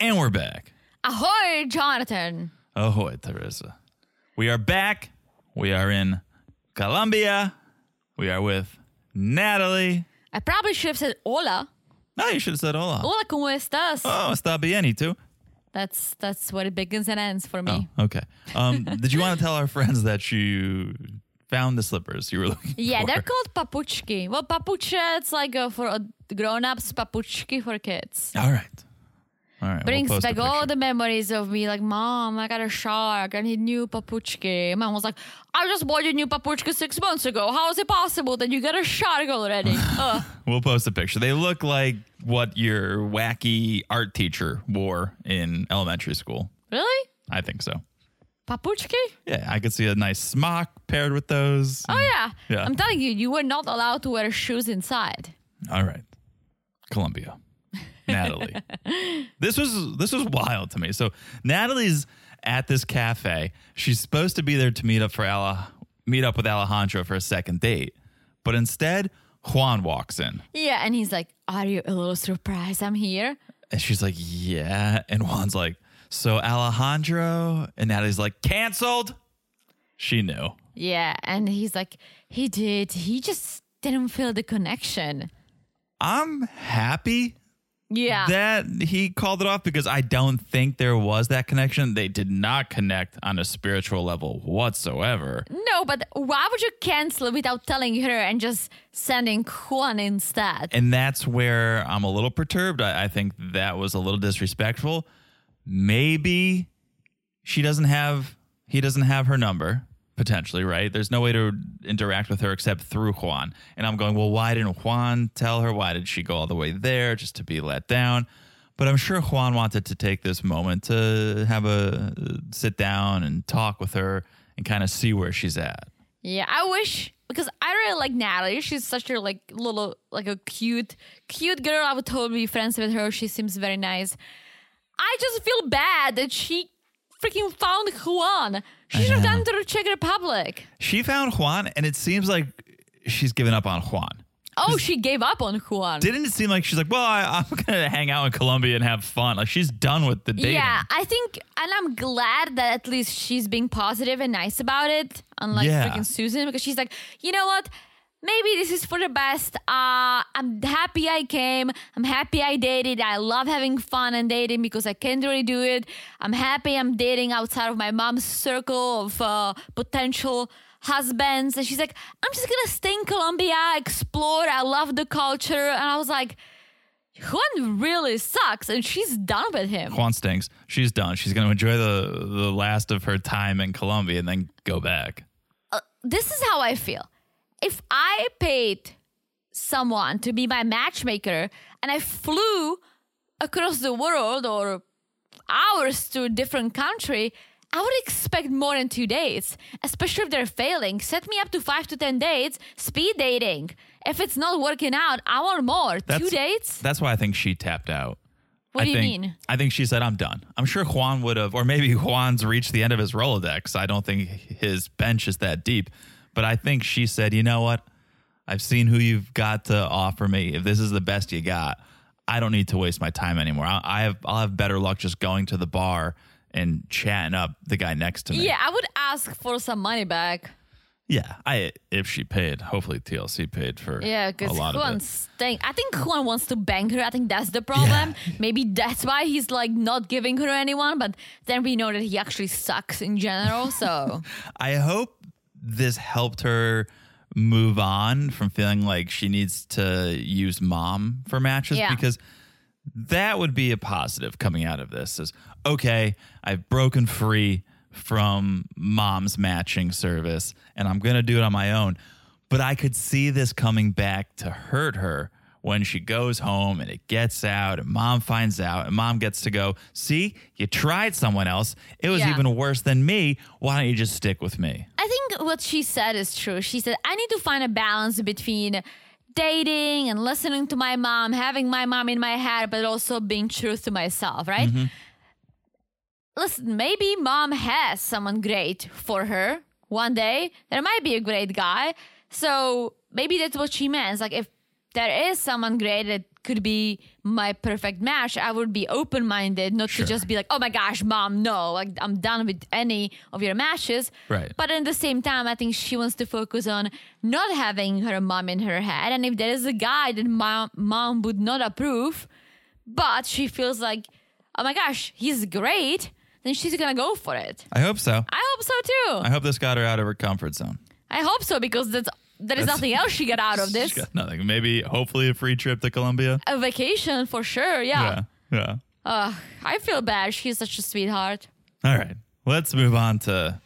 And we're back. Ahoy, Jonathan. Ahoy, Teresa. We are back. We are in Colombia. We are with Natalie. I probably should have said hola. No, you should have said hola. Hola, ¿cómo estás? Oh, está bien, y tú? That's that's what it begins and ends for me. Okay. Um, did you want to tell our friends that you found the slippers you were looking Yeah, for? they're called papuchki. Well, papucha, it's like uh, for uh, grown-ups, papuchki for kids. All right. All right. Brings we'll post a back all picture. oh, the memories of me, like, Mom, I got a shark, I need new papuchki. Mom was like, I just bought you new papuchki six months ago. How is it possible that you got a shark already? Uh, Ugh. We'll post a picture. They look like what your wacky art teacher wore in elementary school. really? I think so. Papuchki? Yeah, I could see a nice smock paired with those. Oh yeah. Yeah. I'm telling you, you were not allowed to wear shoes inside. All right. Columbia. Natalie. this was this was wild to me. So Natalie's at this cafe. She's supposed to be there to meet up for Ala, meet up with Alejandro for a second date. But instead, Juan walks in. Yeah, and he's like, "Are you a little surprised I'm here?" And she's like, "Yeah." And Juan's like, "So Alejandro?" And Natalie's like, "Canceled." She knew. Yeah, and he's like, "He did. He just didn't feel the connection." I'm happy Yeah. that he called it off because I don't think there was that connection. They did not connect on a spiritual level whatsoever. no, but why would you cancel without telling her and just sending Juan instead? And that's where I'm a little perturbed. I, I think that was a little disrespectful. Maybe she doesn't have he doesn't have her number potentially right there's no way to interact with her except through juan and i'm going well why didn't juan tell her why did she go all the way there just to be let down but i'm sure juan wanted to take this moment to have a uh, sit down and talk with her and kind of see where she's at yeah, I wish because I really like Natalie. She's such a like little like a cute cute girl. I would totally be friends with her. She seems very nice. I just feel bad that she freaking found Juan. She should have gone to the Czech Republic. she found juan and it seems like she's given up on juan Oh, she gave up on Juan. didn't it seem like she's like, well, I, I'm gonna hang out in Colombia and have fun. Like she's done with the dating. Yeah, I think, and I'm glad that at least she's being positive and nice about it, unlike Yeah. freaking Susan, because she's like, you know what? Maybe this is for the best. Uh, I'm happy I came. I'm happy I dated. I love having fun and dating because I can't really do it. I'm happy I'm dating outside of my mom's circle of uh, potential husbands. And she's like, I'm just going to stay in Colombia, explore. I love the culture. And I was like, Juan really sucks. And she's done with him. Juan stinks. She's done. She's gonna enjoy the the last of her time in Colombia and then go back. this is how I feel. If I paid someone to be my matchmaker and I flew across the world or hours to a different country, I would expect more than two dates, especially if they're failing. Set me up to five to 10 dates, speed dating. If it's not working out, I want more. two dates? That's why I think she tapped out. What I do you think- mean? I think she said, "I'm done." I'm sure Juan would have, or maybe Juan's reached the end of his Rolodex. I don't think his bench is that deep, but I think she said, "You know what? I've seen who you've got to offer me. If this is the best you got, I don't need to waste my time anymore. I, I have, I'll have better luck just going to the bar and chatting up the guy next to me." Yeah, I would ask for some money back. yeah. I if she paid, hopefully TLC paid for Yeah, a because lot of it. Juan's staying. I think Juan wants to bang her. I think that's the problem. Maybe that's why he's like not giving her anyone. But then we know that he actually sucks in general. So I hope this helped her move on from feeling like she needs to use mom for matches Yeah. because that would be a positive coming out of this is okay, I've broken free from mom's matching service and I'm going to do it on my own. But I could see this coming back to hurt her when she goes home and it gets out and mom finds out and mom gets to go, see, you tried someone else. It was Yeah. even worse than me. Why don't you just stick with me? I think what she said is true. She said, I need to find a balance between dating and listening to my mom, having my mom in my head, but also being true to myself, Mm-hmm. right? Listen, maybe mom has someone great for her one day. There might be a great guy. So maybe that's what she means. Like, if there is someone great that could be my perfect match, I would be open minded, not Sure. to just be like, oh my gosh, mom, no, like I'm done with any of your matches. Right. But at the same time, I think she wants to focus on not having her mom in her head. And if there is a guy that mom, mom would not approve, but she feels like, oh my gosh, he's great, then she's gonna go for it. I hope so. I hope so too. I hope this got her out of her comfort zone. I hope so because that's there is That's- nothing else she got out of She's this. got nothing. Maybe, hopefully, a free trip to Colombia. A vacation for sure. Yeah. Yeah. Yeah. Ugh, I feel bad. She's such a sweetheart. All right. Let's move on to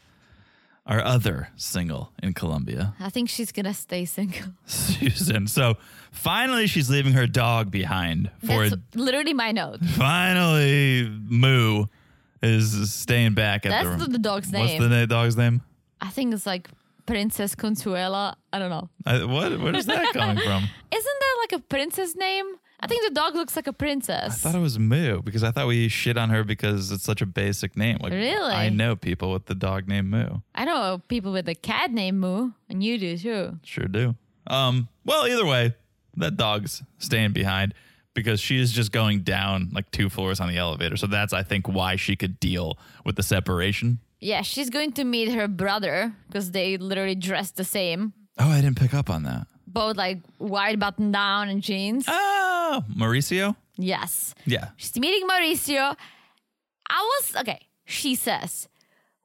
our other single in Colombia, I think she's gonna stay single. Susan. So finally, she's leaving her dog behind for That's literally my note. finally Moo is staying back at That's the the dog's What's name. the na- dog's name? I think it's like Princess Consuela. I don't know. I, what? Where is that coming from? Isn't that like a princess name? I think the dog looks like a I princess. thought it was Moo because I thought we shit on her because it's such a basic name. Like, Really? I know people with the dog named Moo. I know people with a cat named Moo, and you do too. Sure do. Um, well, either way, that dog's staying behind because she is just going down like two floors on the elevator. So that's, I think, why she could deal with the separation. Yeah, she's going to meet her brother because they literally dress the same, Oh, I didn't pick up on that. both like wide button down and jeans. Oh, Mauricio? Yes. Yeah. She's meeting Mauricio. I was okay. She says,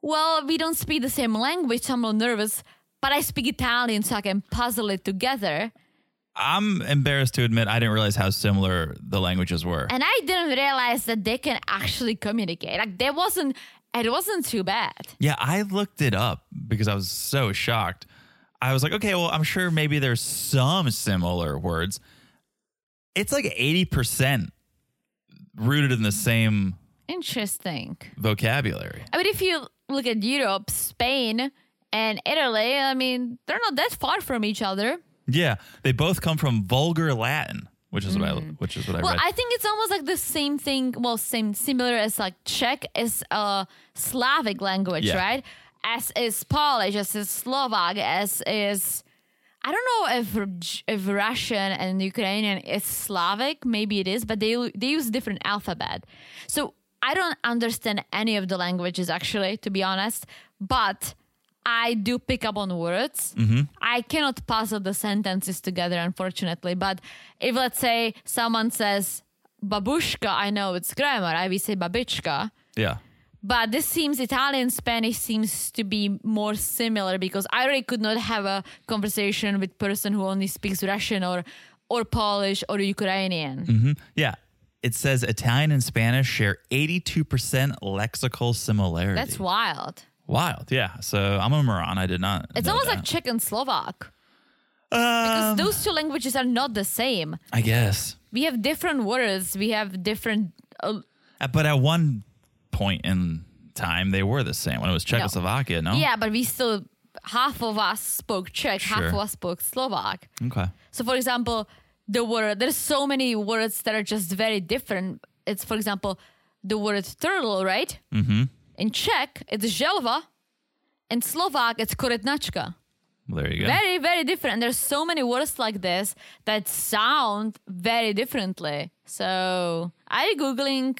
Well, we don't speak the same language, so I'm a little nervous, but I speak Italian so I can puzzle it together. I'm embarrassed to admit I didn't realize how similar the languages were. And I didn't realize that they can actually communicate. Like there wasn't it wasn't too bad. Yeah, I looked it up because I was so shocked. I was like, okay, well, I'm sure maybe there's some similar words. It's like 80% rooted in the same Interesting. vocabulary. I mean if you look at Europe, Spain and Italy, I mean, they're not that far from each other. Yeah, they both come from vulgar Latin, which is what I which is what I Well, read. I think it's almost like the same thing. Well, same similar as like Czech is a Slavic language, Yeah. right? As is Polish, as is Slovak, as is I don't know if if Russian and Ukrainian is Slavic. Maybe it is, but they they use different alphabet. So I don't understand any of the languages actually, to be honest. But I do pick up on words. I cannot puzzle the sentences together, unfortunately. But if let's say someone says babushka, I know it's grammar. I we say babichka. yeah. But this seems Italian Spanish seems to be more similar because I really could not have a conversation with person who only speaks Russian or or Polish or Ukrainian. Yeah. It says Italian and Spanish share 82% lexical similarity. That's wild. wild. Yeah. So I'm a moron. I did not. It's know almost that. like Czech and Slovak because Um, those two languages are not the same. I guess. We have different words. We have different. Uh, Uh, But at one point in time, they were the same. When it was Czechoslovakia, no? Yeah, but we still half of us spoke Czech, half Sure. of us spoke Slovak. Okay. So, for example, the word there's so many words that are just very different. It's, for example, the word turtle, right? Mm-hmm. In Czech, it's želva. In Slovak, it's koretnačka. Well, there you go. Very, very different. And there's so many words like this that sound very differently. So, are you googling?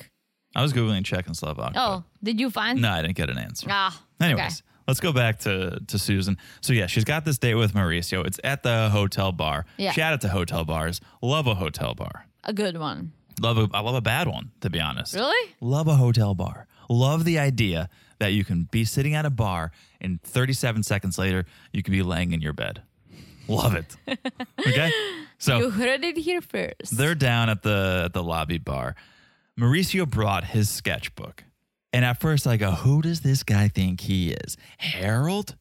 I was Googling Czech and Slovak. Oh, did you but find? No, I didn't get an answer. Ah, Anyways, okay. let's go back to, to Susan. So, yeah, she's got this date with Mauricio. It's at the hotel bar. Yeah. Shout out to hotel bars. Love a hotel bar. a good one. Love a, I love a bad one, to be honest. Really? Love a hotel bar. Love the idea that you can be sitting at a bar and 37 seconds later, you can be laying in your bed. Love it. okay? So, You heard it here first. they're down at the at the lobby bar. Mauricio brought his sketchbook. And at first I go, who does this guy think he is? Harold?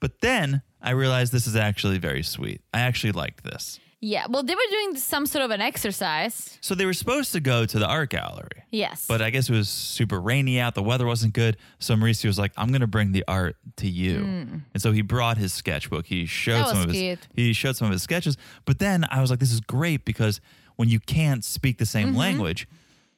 But then I realized this is actually very sweet. I actually liked this. Yeah, well, they were doing some sort of an exercise. So they were supposed to go to the art gallery. Yes. But I guess it was super rainy out. The weather wasn't good. So Mauricio was like, I'm going to bring the art to you. And so he brought his sketchbook. He showed Hmm. That some was of his cute. he showed some of his sketches. But then I was like, this is great because when you can't speak the Mm-hmm. same language,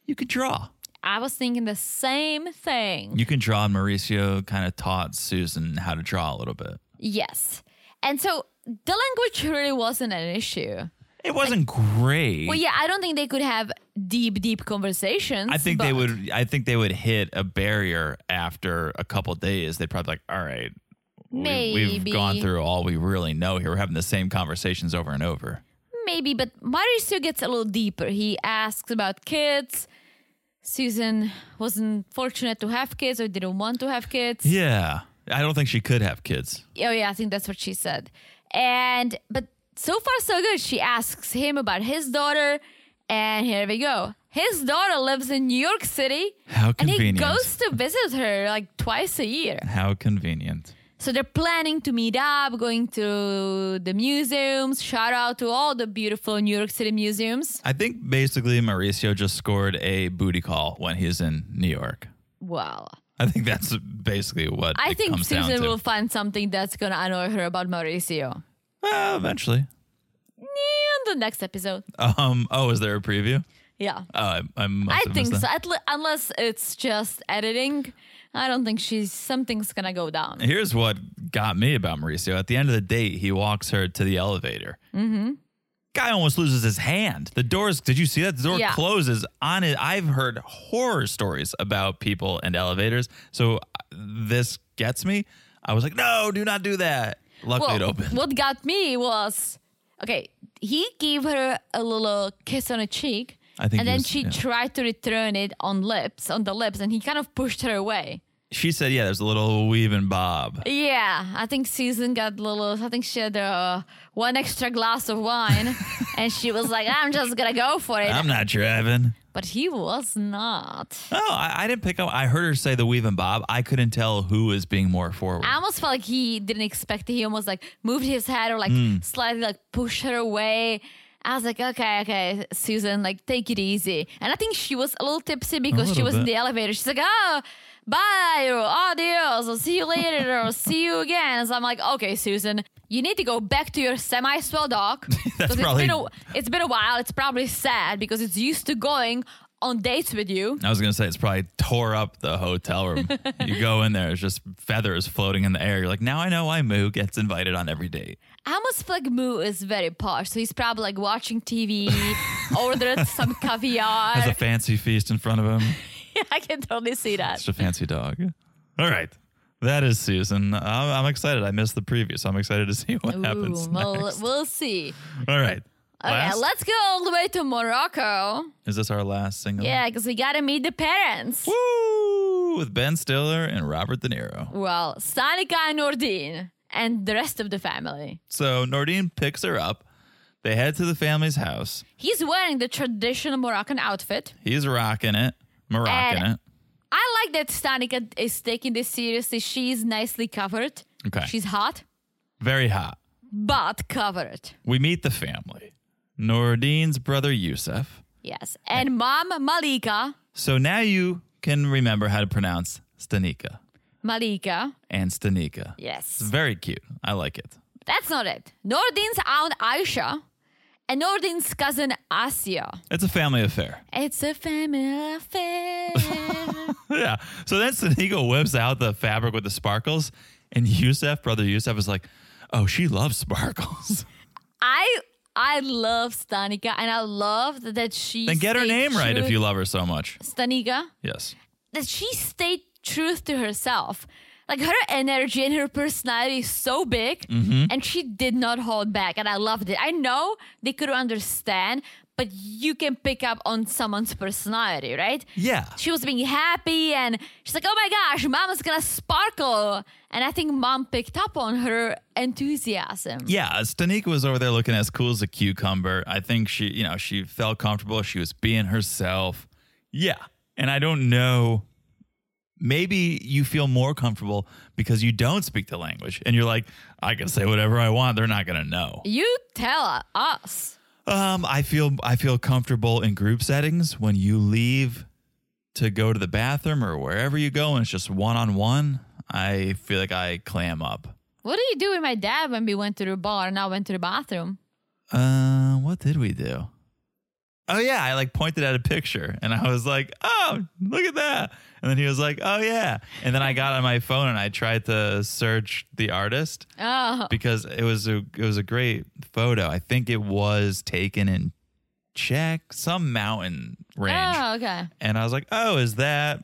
you could draw. I was thinking the same thing. You can draw. And Mauricio kind of taught Susan how to draw a little bit. yes. And so the language really wasn't an issue. It wasn't great. Well, yeah, I don't think they could have deep, deep conversations. I think they but- would. I think they would hit a barrier after a couple days. They'd probably like, all right, we, Maybe. have gone through all we really know here. We're having the same conversations over and over. Maybe, but Mauricio gets a little deeper. He asks about kids. Susan wasn't fortunate to have kids or didn't want to have kids. Yeah, I don't think she could have kids. Oh yeah, I think that's what she said. And but so far so good. She asks him about his daughter, and here we go. His daughter lives in New York City. How And he convenient. goes to visit her like twice a year. How convenient. So they're planning to meet up, going to the museums. Shout out to all the beautiful New York City museums. I think basically Mauricio just scored a booty call when he's in New York. Well, I think that's basically what I it think comes down Susan to. will find something that's gonna annoy her about Mauricio. Uh, eventually. In the next episode. Um. Oh, is there a preview? Yeah. Oh, I, I, must I have think missed so. that. At le- unless it's just editing, I don't think she's something's gonna go down. Here's what got me about Mauricio. At the end of the date, he walks her to the elevator. Mm-hmm. Guy almost loses his hand. The doors. Did you see that? The door Yeah. closes on it. I've heard horror stories about people and elevators. So uh, this gets me. I was like, no, do not do that. Luckily, it opened. what got me was okay. He gave her a little kiss on the cheek, I think and it then was- she yeah. tried to return it on lips, on the lips, and he kind of pushed her away. She said, yeah, there's a little weave and bob. Yeah, I think Susan got a little. I think she had uh, one extra glass of wine, and she was like, "I'm just gonna go for it," I'm not driving. but he was not. Oh, I, I didn't pick up. I heard her say the weave and bob. I couldn't tell who was being more forward. I almost felt like he didn't expect it. He almost like moved his head or like Hmm. slightly like pushed her away. I was like, okay, okay, Susan, like take it easy. And I think she was a little tipsy because she little was in bit. the elevator. She's like, oh, bye or adios or see you later or see you again. So I'm like, okay, Susan, you need to go back to your semi-swell dock. That's probably- It's been, a, it's been a while. It's probably sad because it's used to going on dates with you. I was gonna say it's probably tore up the hotel room. you go in there, it's just feathers floating in the air. You're like, now I know why Moo gets invited on every date. I almost feel like Moo is very posh, so he's probably like watching TV, ordered some caviar. Has a fancy feast in front of him. I can totally see that. It's a fancy dog. All right, that is Susan. I'm, I'm excited. I missed the preview, so I'm excited to see what happens Ooh, well, next. we'll see. All right. Okay, Last? let's go all the way to Morocco. is this our last single? Yeah, because we gotta meet the parents. Woo! With Ben Stiller and Robert De Niro. Well, Sanika and Nordine and the rest of the family. So Nordine picks her up. They head to the family's house. He's wearing the traditional Moroccan outfit. He's rocking it, Moroccan And- it. I like that Stanika is taking this seriously. She's nicely covered. Okay. She's hot, Very hot. but covered. We meet the family. Nordine's brother Yusuf. Yes. And mom, Malika. So now you can remember how to pronounce Stanika Malika. and Stanika. It's Yes. very cute. I like it. That's not it. Nordin's aunt Aisha and Nordin's cousin Asia. It's a family affair. It's a family affair. yeah. So then Stanika whips out the fabric with the sparkles, and Yusuf, brother Yusuf, is like, oh, she loves sparkles. I I love Stanika and I love that she then get her stayed name right true- if you love her so much. Stanika. Yes. That she stayed truth to herself. Like her energy and her personality is so big Mm-hmm. and she did not hold back and I loved it. I know they could understand, but you can pick up on someone's personality, right? Yeah. she was being happy and she's like, oh my gosh, mom is gonna sparkle. And I think mom picked up on her enthusiasm. Yeah, Stanika was over there looking as cool as a cucumber. I think she, you know, she felt comfortable. She was being herself. Yeah. And I don't know. Maybe you feel more comfortable because you don't speak the language and you're like, I can say whatever I want. They're not going to know. You tell us. Um, I feel I feel comfortable in group settings when you leave to go to the bathroom or wherever you go and it's just one on one. I feel like I clam up. What did you do with my dad when we went to the bar and I went to the bathroom? Uh, what did we do? oh yeah, I like pointed at a picture and I was like, oh, look at that. And then he was like, oh yeah. And then I got on my phone and I tried to search the artist Oh, because it was a it was a great photo. I think it was taken in Czech, some mountain range. oh, okay. And I was like, oh, is that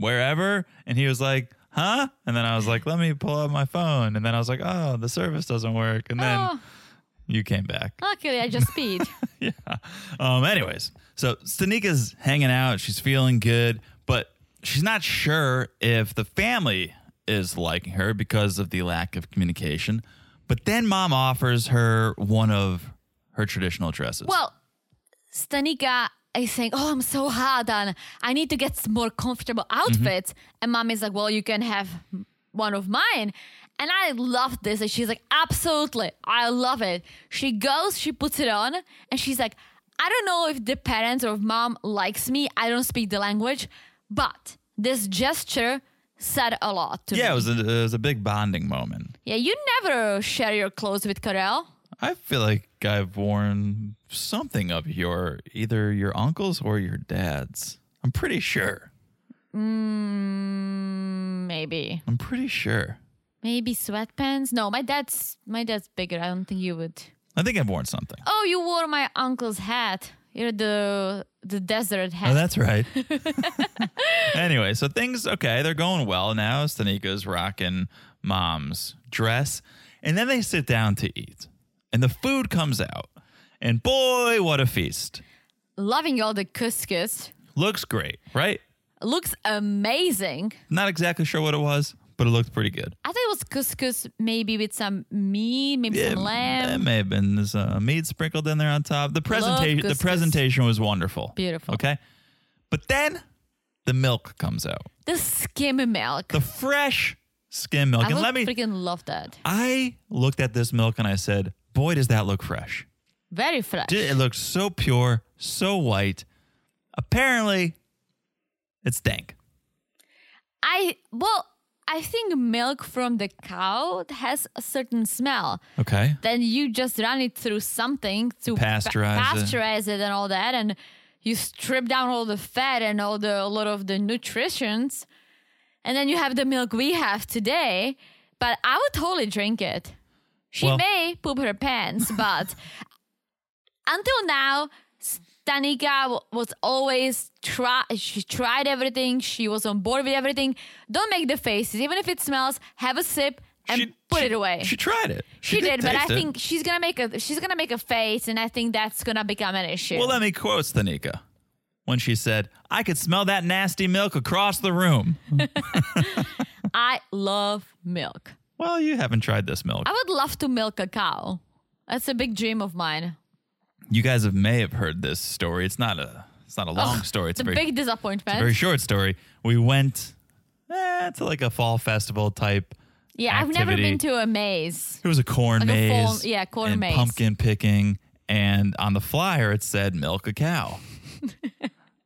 wherever? And he was like, huh? And then I was like, let me pull up my phone. And then I was like, oh, the service doesn't work. And then oh, you came back. luckily I just peed. yeah. Um, anyways, so Stanika's hanging out. She's feeling good, but she's not sure if the family is liking her because of the lack of communication. But then mom offers her one of her traditional dresses. well, Stanika is saying, "Oh, I'm so hot, and I need to get some more comfortable outfits." And mom is like, "Well, you can have one of mine." And I love this. And she's like, "Absolutely, I love it." She goes, she puts it on, and she's like, "I don't know if the parents or if mom likes me. I don't speak the language, but this gesture." Said a lot to me. yeah, it was, a, it was a big bonding moment. Yeah, you never share your clothes with Karel. I feel like I've worn something of your either your uncle's or your dad's. I'm pretty sure. Mm, Maybe. I'm pretty sure. Maybe sweatpants. No, my dad's my dad's bigger. I don't think you would. I think I've worn something. Oh, you wore my uncle's hat. You're the the desert hat. Oh, that's right. anyway, so things okay, they're going well now. Stanika's rocking mom's dress, and then they sit down to eat, and the food comes out, and boy, what a feast! Loving all the couscous. Looks great, right? Looks amazing. Not exactly sure what it was, but it looked pretty good. I think it was couscous, maybe with some meat, maybe It, some lamb. it may have been this, uh, meat sprinkled in there on top. The presentation, the couscous. presentation was wonderful, Beautiful. Okay, but then the milk comes out, The skim milk. the fresh skim milk, I and would let me freaking love that. I looked at this milk and I said, "Boy, does that look fresh! Very fresh. Did- It looks so pure, so white. Apparently, it's dank. I well, I think milk from the cow has a certain smell. Okay, then you just run it through something to Pasteurize it. pasteurize it and all that and you strip down all the fat and all the a lot of the nutritions and then you have the milk we have today but i would totally drink it she Well- may poop her pants but until now Stanika w- was always try. She tried everything. She was on board with everything. Don't make the faces, even if it smells. Have a sip and put it away. She tried it. She, did, but I taste it. think she's gonna make a she's gonna make a face, and I think that's gonna become an issue. Well, let me quote Stanika when she said, "I could smell that nasty milk across the room." I love milk. well, you haven't tried this milk. I would love to milk a cow. That's a big dream of mine. You guys have may have heard this story. It's not a. It's not a long story. It's the very big disappointment. very short story. We went eh, to like a fall festival type. yeah, I've never been activity. to a maze. It was a corn Like a maze. full- yeah, corn and maze. Pumpkin picking. And on the flyer, it said milk a cow.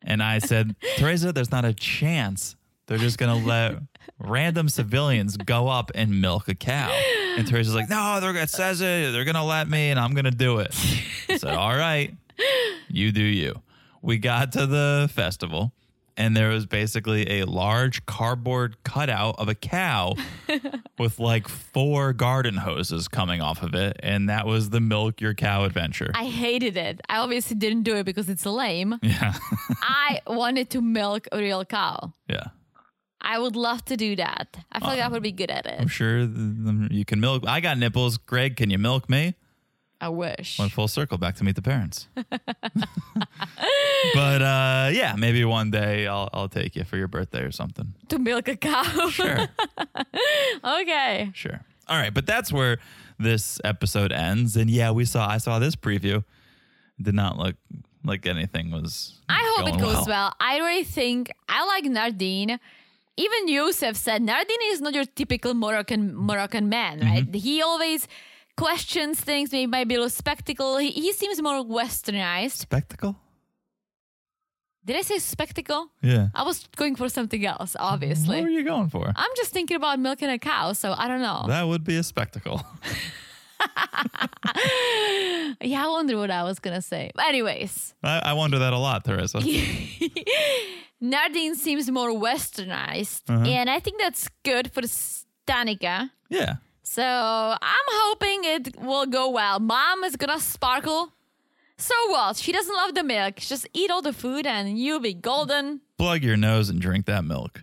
and I said, Teresa, there's not a chance. They're just going to let random civilians go up and milk a cow. And Teresa's like, no, they're, it says it. They're going to let me, and I'm going to do it. I said, all right, you do you. We got to the festival, and there was basically a large cardboard cutout of a cow with like four garden hoses coming off of it, and that was the milk your cow adventure. I hated it. I obviously didn't do it because it's lame. yeah, I wanted to milk a real cow. yeah. I would love to do that. I feel like I would be good at Uh, I'm it. sure th- th- you can milk. I got nipples. Greg, can you milk me? I wish. Went full circle back to meet the parents. but uh, yeah, maybe one day I'll I'll take you for your birthday or something. To milk a cow. Sure. okay. Sure. All right, but that's where this episode ends. And yeah, we saw I saw this preview. Did not look like anything was. I hope going it goes well. I really think I like Nardine. Even Yusuf said Nardine is not your typical Moroccan Moroccan man, right? He always questions things, maybe might be a little spectacle. He, he seems more westernized. Spectacle. Did I say spectacle? Yeah. I was going for something else, What were obviously. you going for? I'm just thinking about milking a cow, so I don't know. That would be a spectacle. Yeah, I wonder what I was gonna say. Anyways, I, I wonder that a lot, Teresa. Nardine seems more westernized, and I think that's good for Stanica. yeah. So I'm hoping it will go well. Mom is gonna sparkle. So what? She doesn't love the milk. Just eat all the food and you'll be golden. Plug your nose and drink that milk.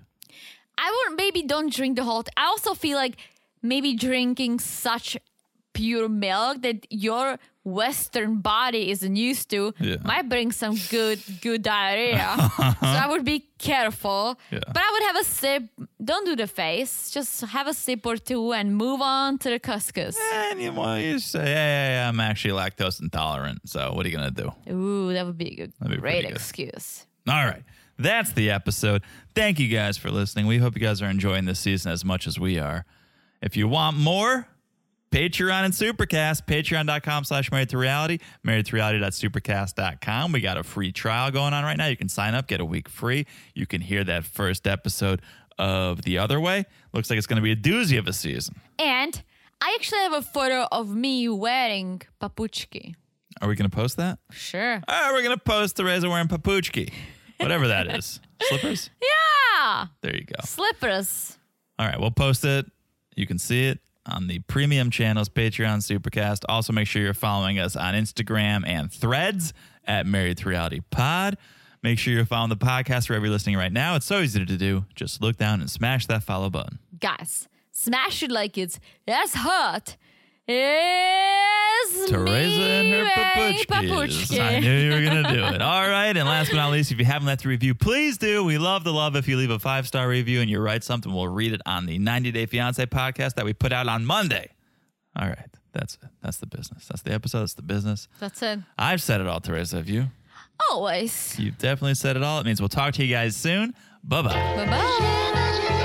I would maybe don't drink the whole. T- I also feel like maybe drinking such pure milk that your Western body isn't used to Yeah. might bring some good good diarrhea. so I would be careful. Yeah. But I would have a sip. Don't do the face. Just have a sip or two and move on to the couscous. And you, well, you say, yeah, yeah, yeah, I'm actually lactose intolerant. So what are you going to do? Ooh, that would be a good, That'd be great pretty good. excuse. All right. That's the episode. Thank you guys for listening. We hope you guys are enjoying this season as much as we are. If you want more, Patreon and Supercast, patreon.com slash married to reality, married to reality.supercast.com. We got a free trial going on right now. You can sign up, get a week free. You can hear that first episode of The Other Way. Looks like it's going to be a doozy of a season. And I actually have a photo of me wearing papuchki. Are we going to post that? Sure. All right, we're going to post the razor wearing papuchki, whatever that is. Slippers? Ah, There you go. slippers. All right, we'll post it. You can see it on the premium channels, Patreon, Supercast. Also, make sure you're following us on Instagram and Threads at Married to Reality Pod. Make sure you're following the podcast wherever you're listening right now. It's so easy to do. Just look down and smash that follow button. guys, smash it like it's that's hot. It's Teresa and her me wearing papuchkis. I knew you were going to do it. All right. And last but not least, if you haven't left the review, please do. We love the love. If you leave a five star review and you write something, we'll read it on the 90 Day Fiance podcast that we put out on Monday. All right. That's it. That's the business. That's the episode. That's the business. That's it. I've said it all, Teresa. Have you? Always. You've definitely said it all. It means we'll talk to you guys soon. Bye bye. Bye bye.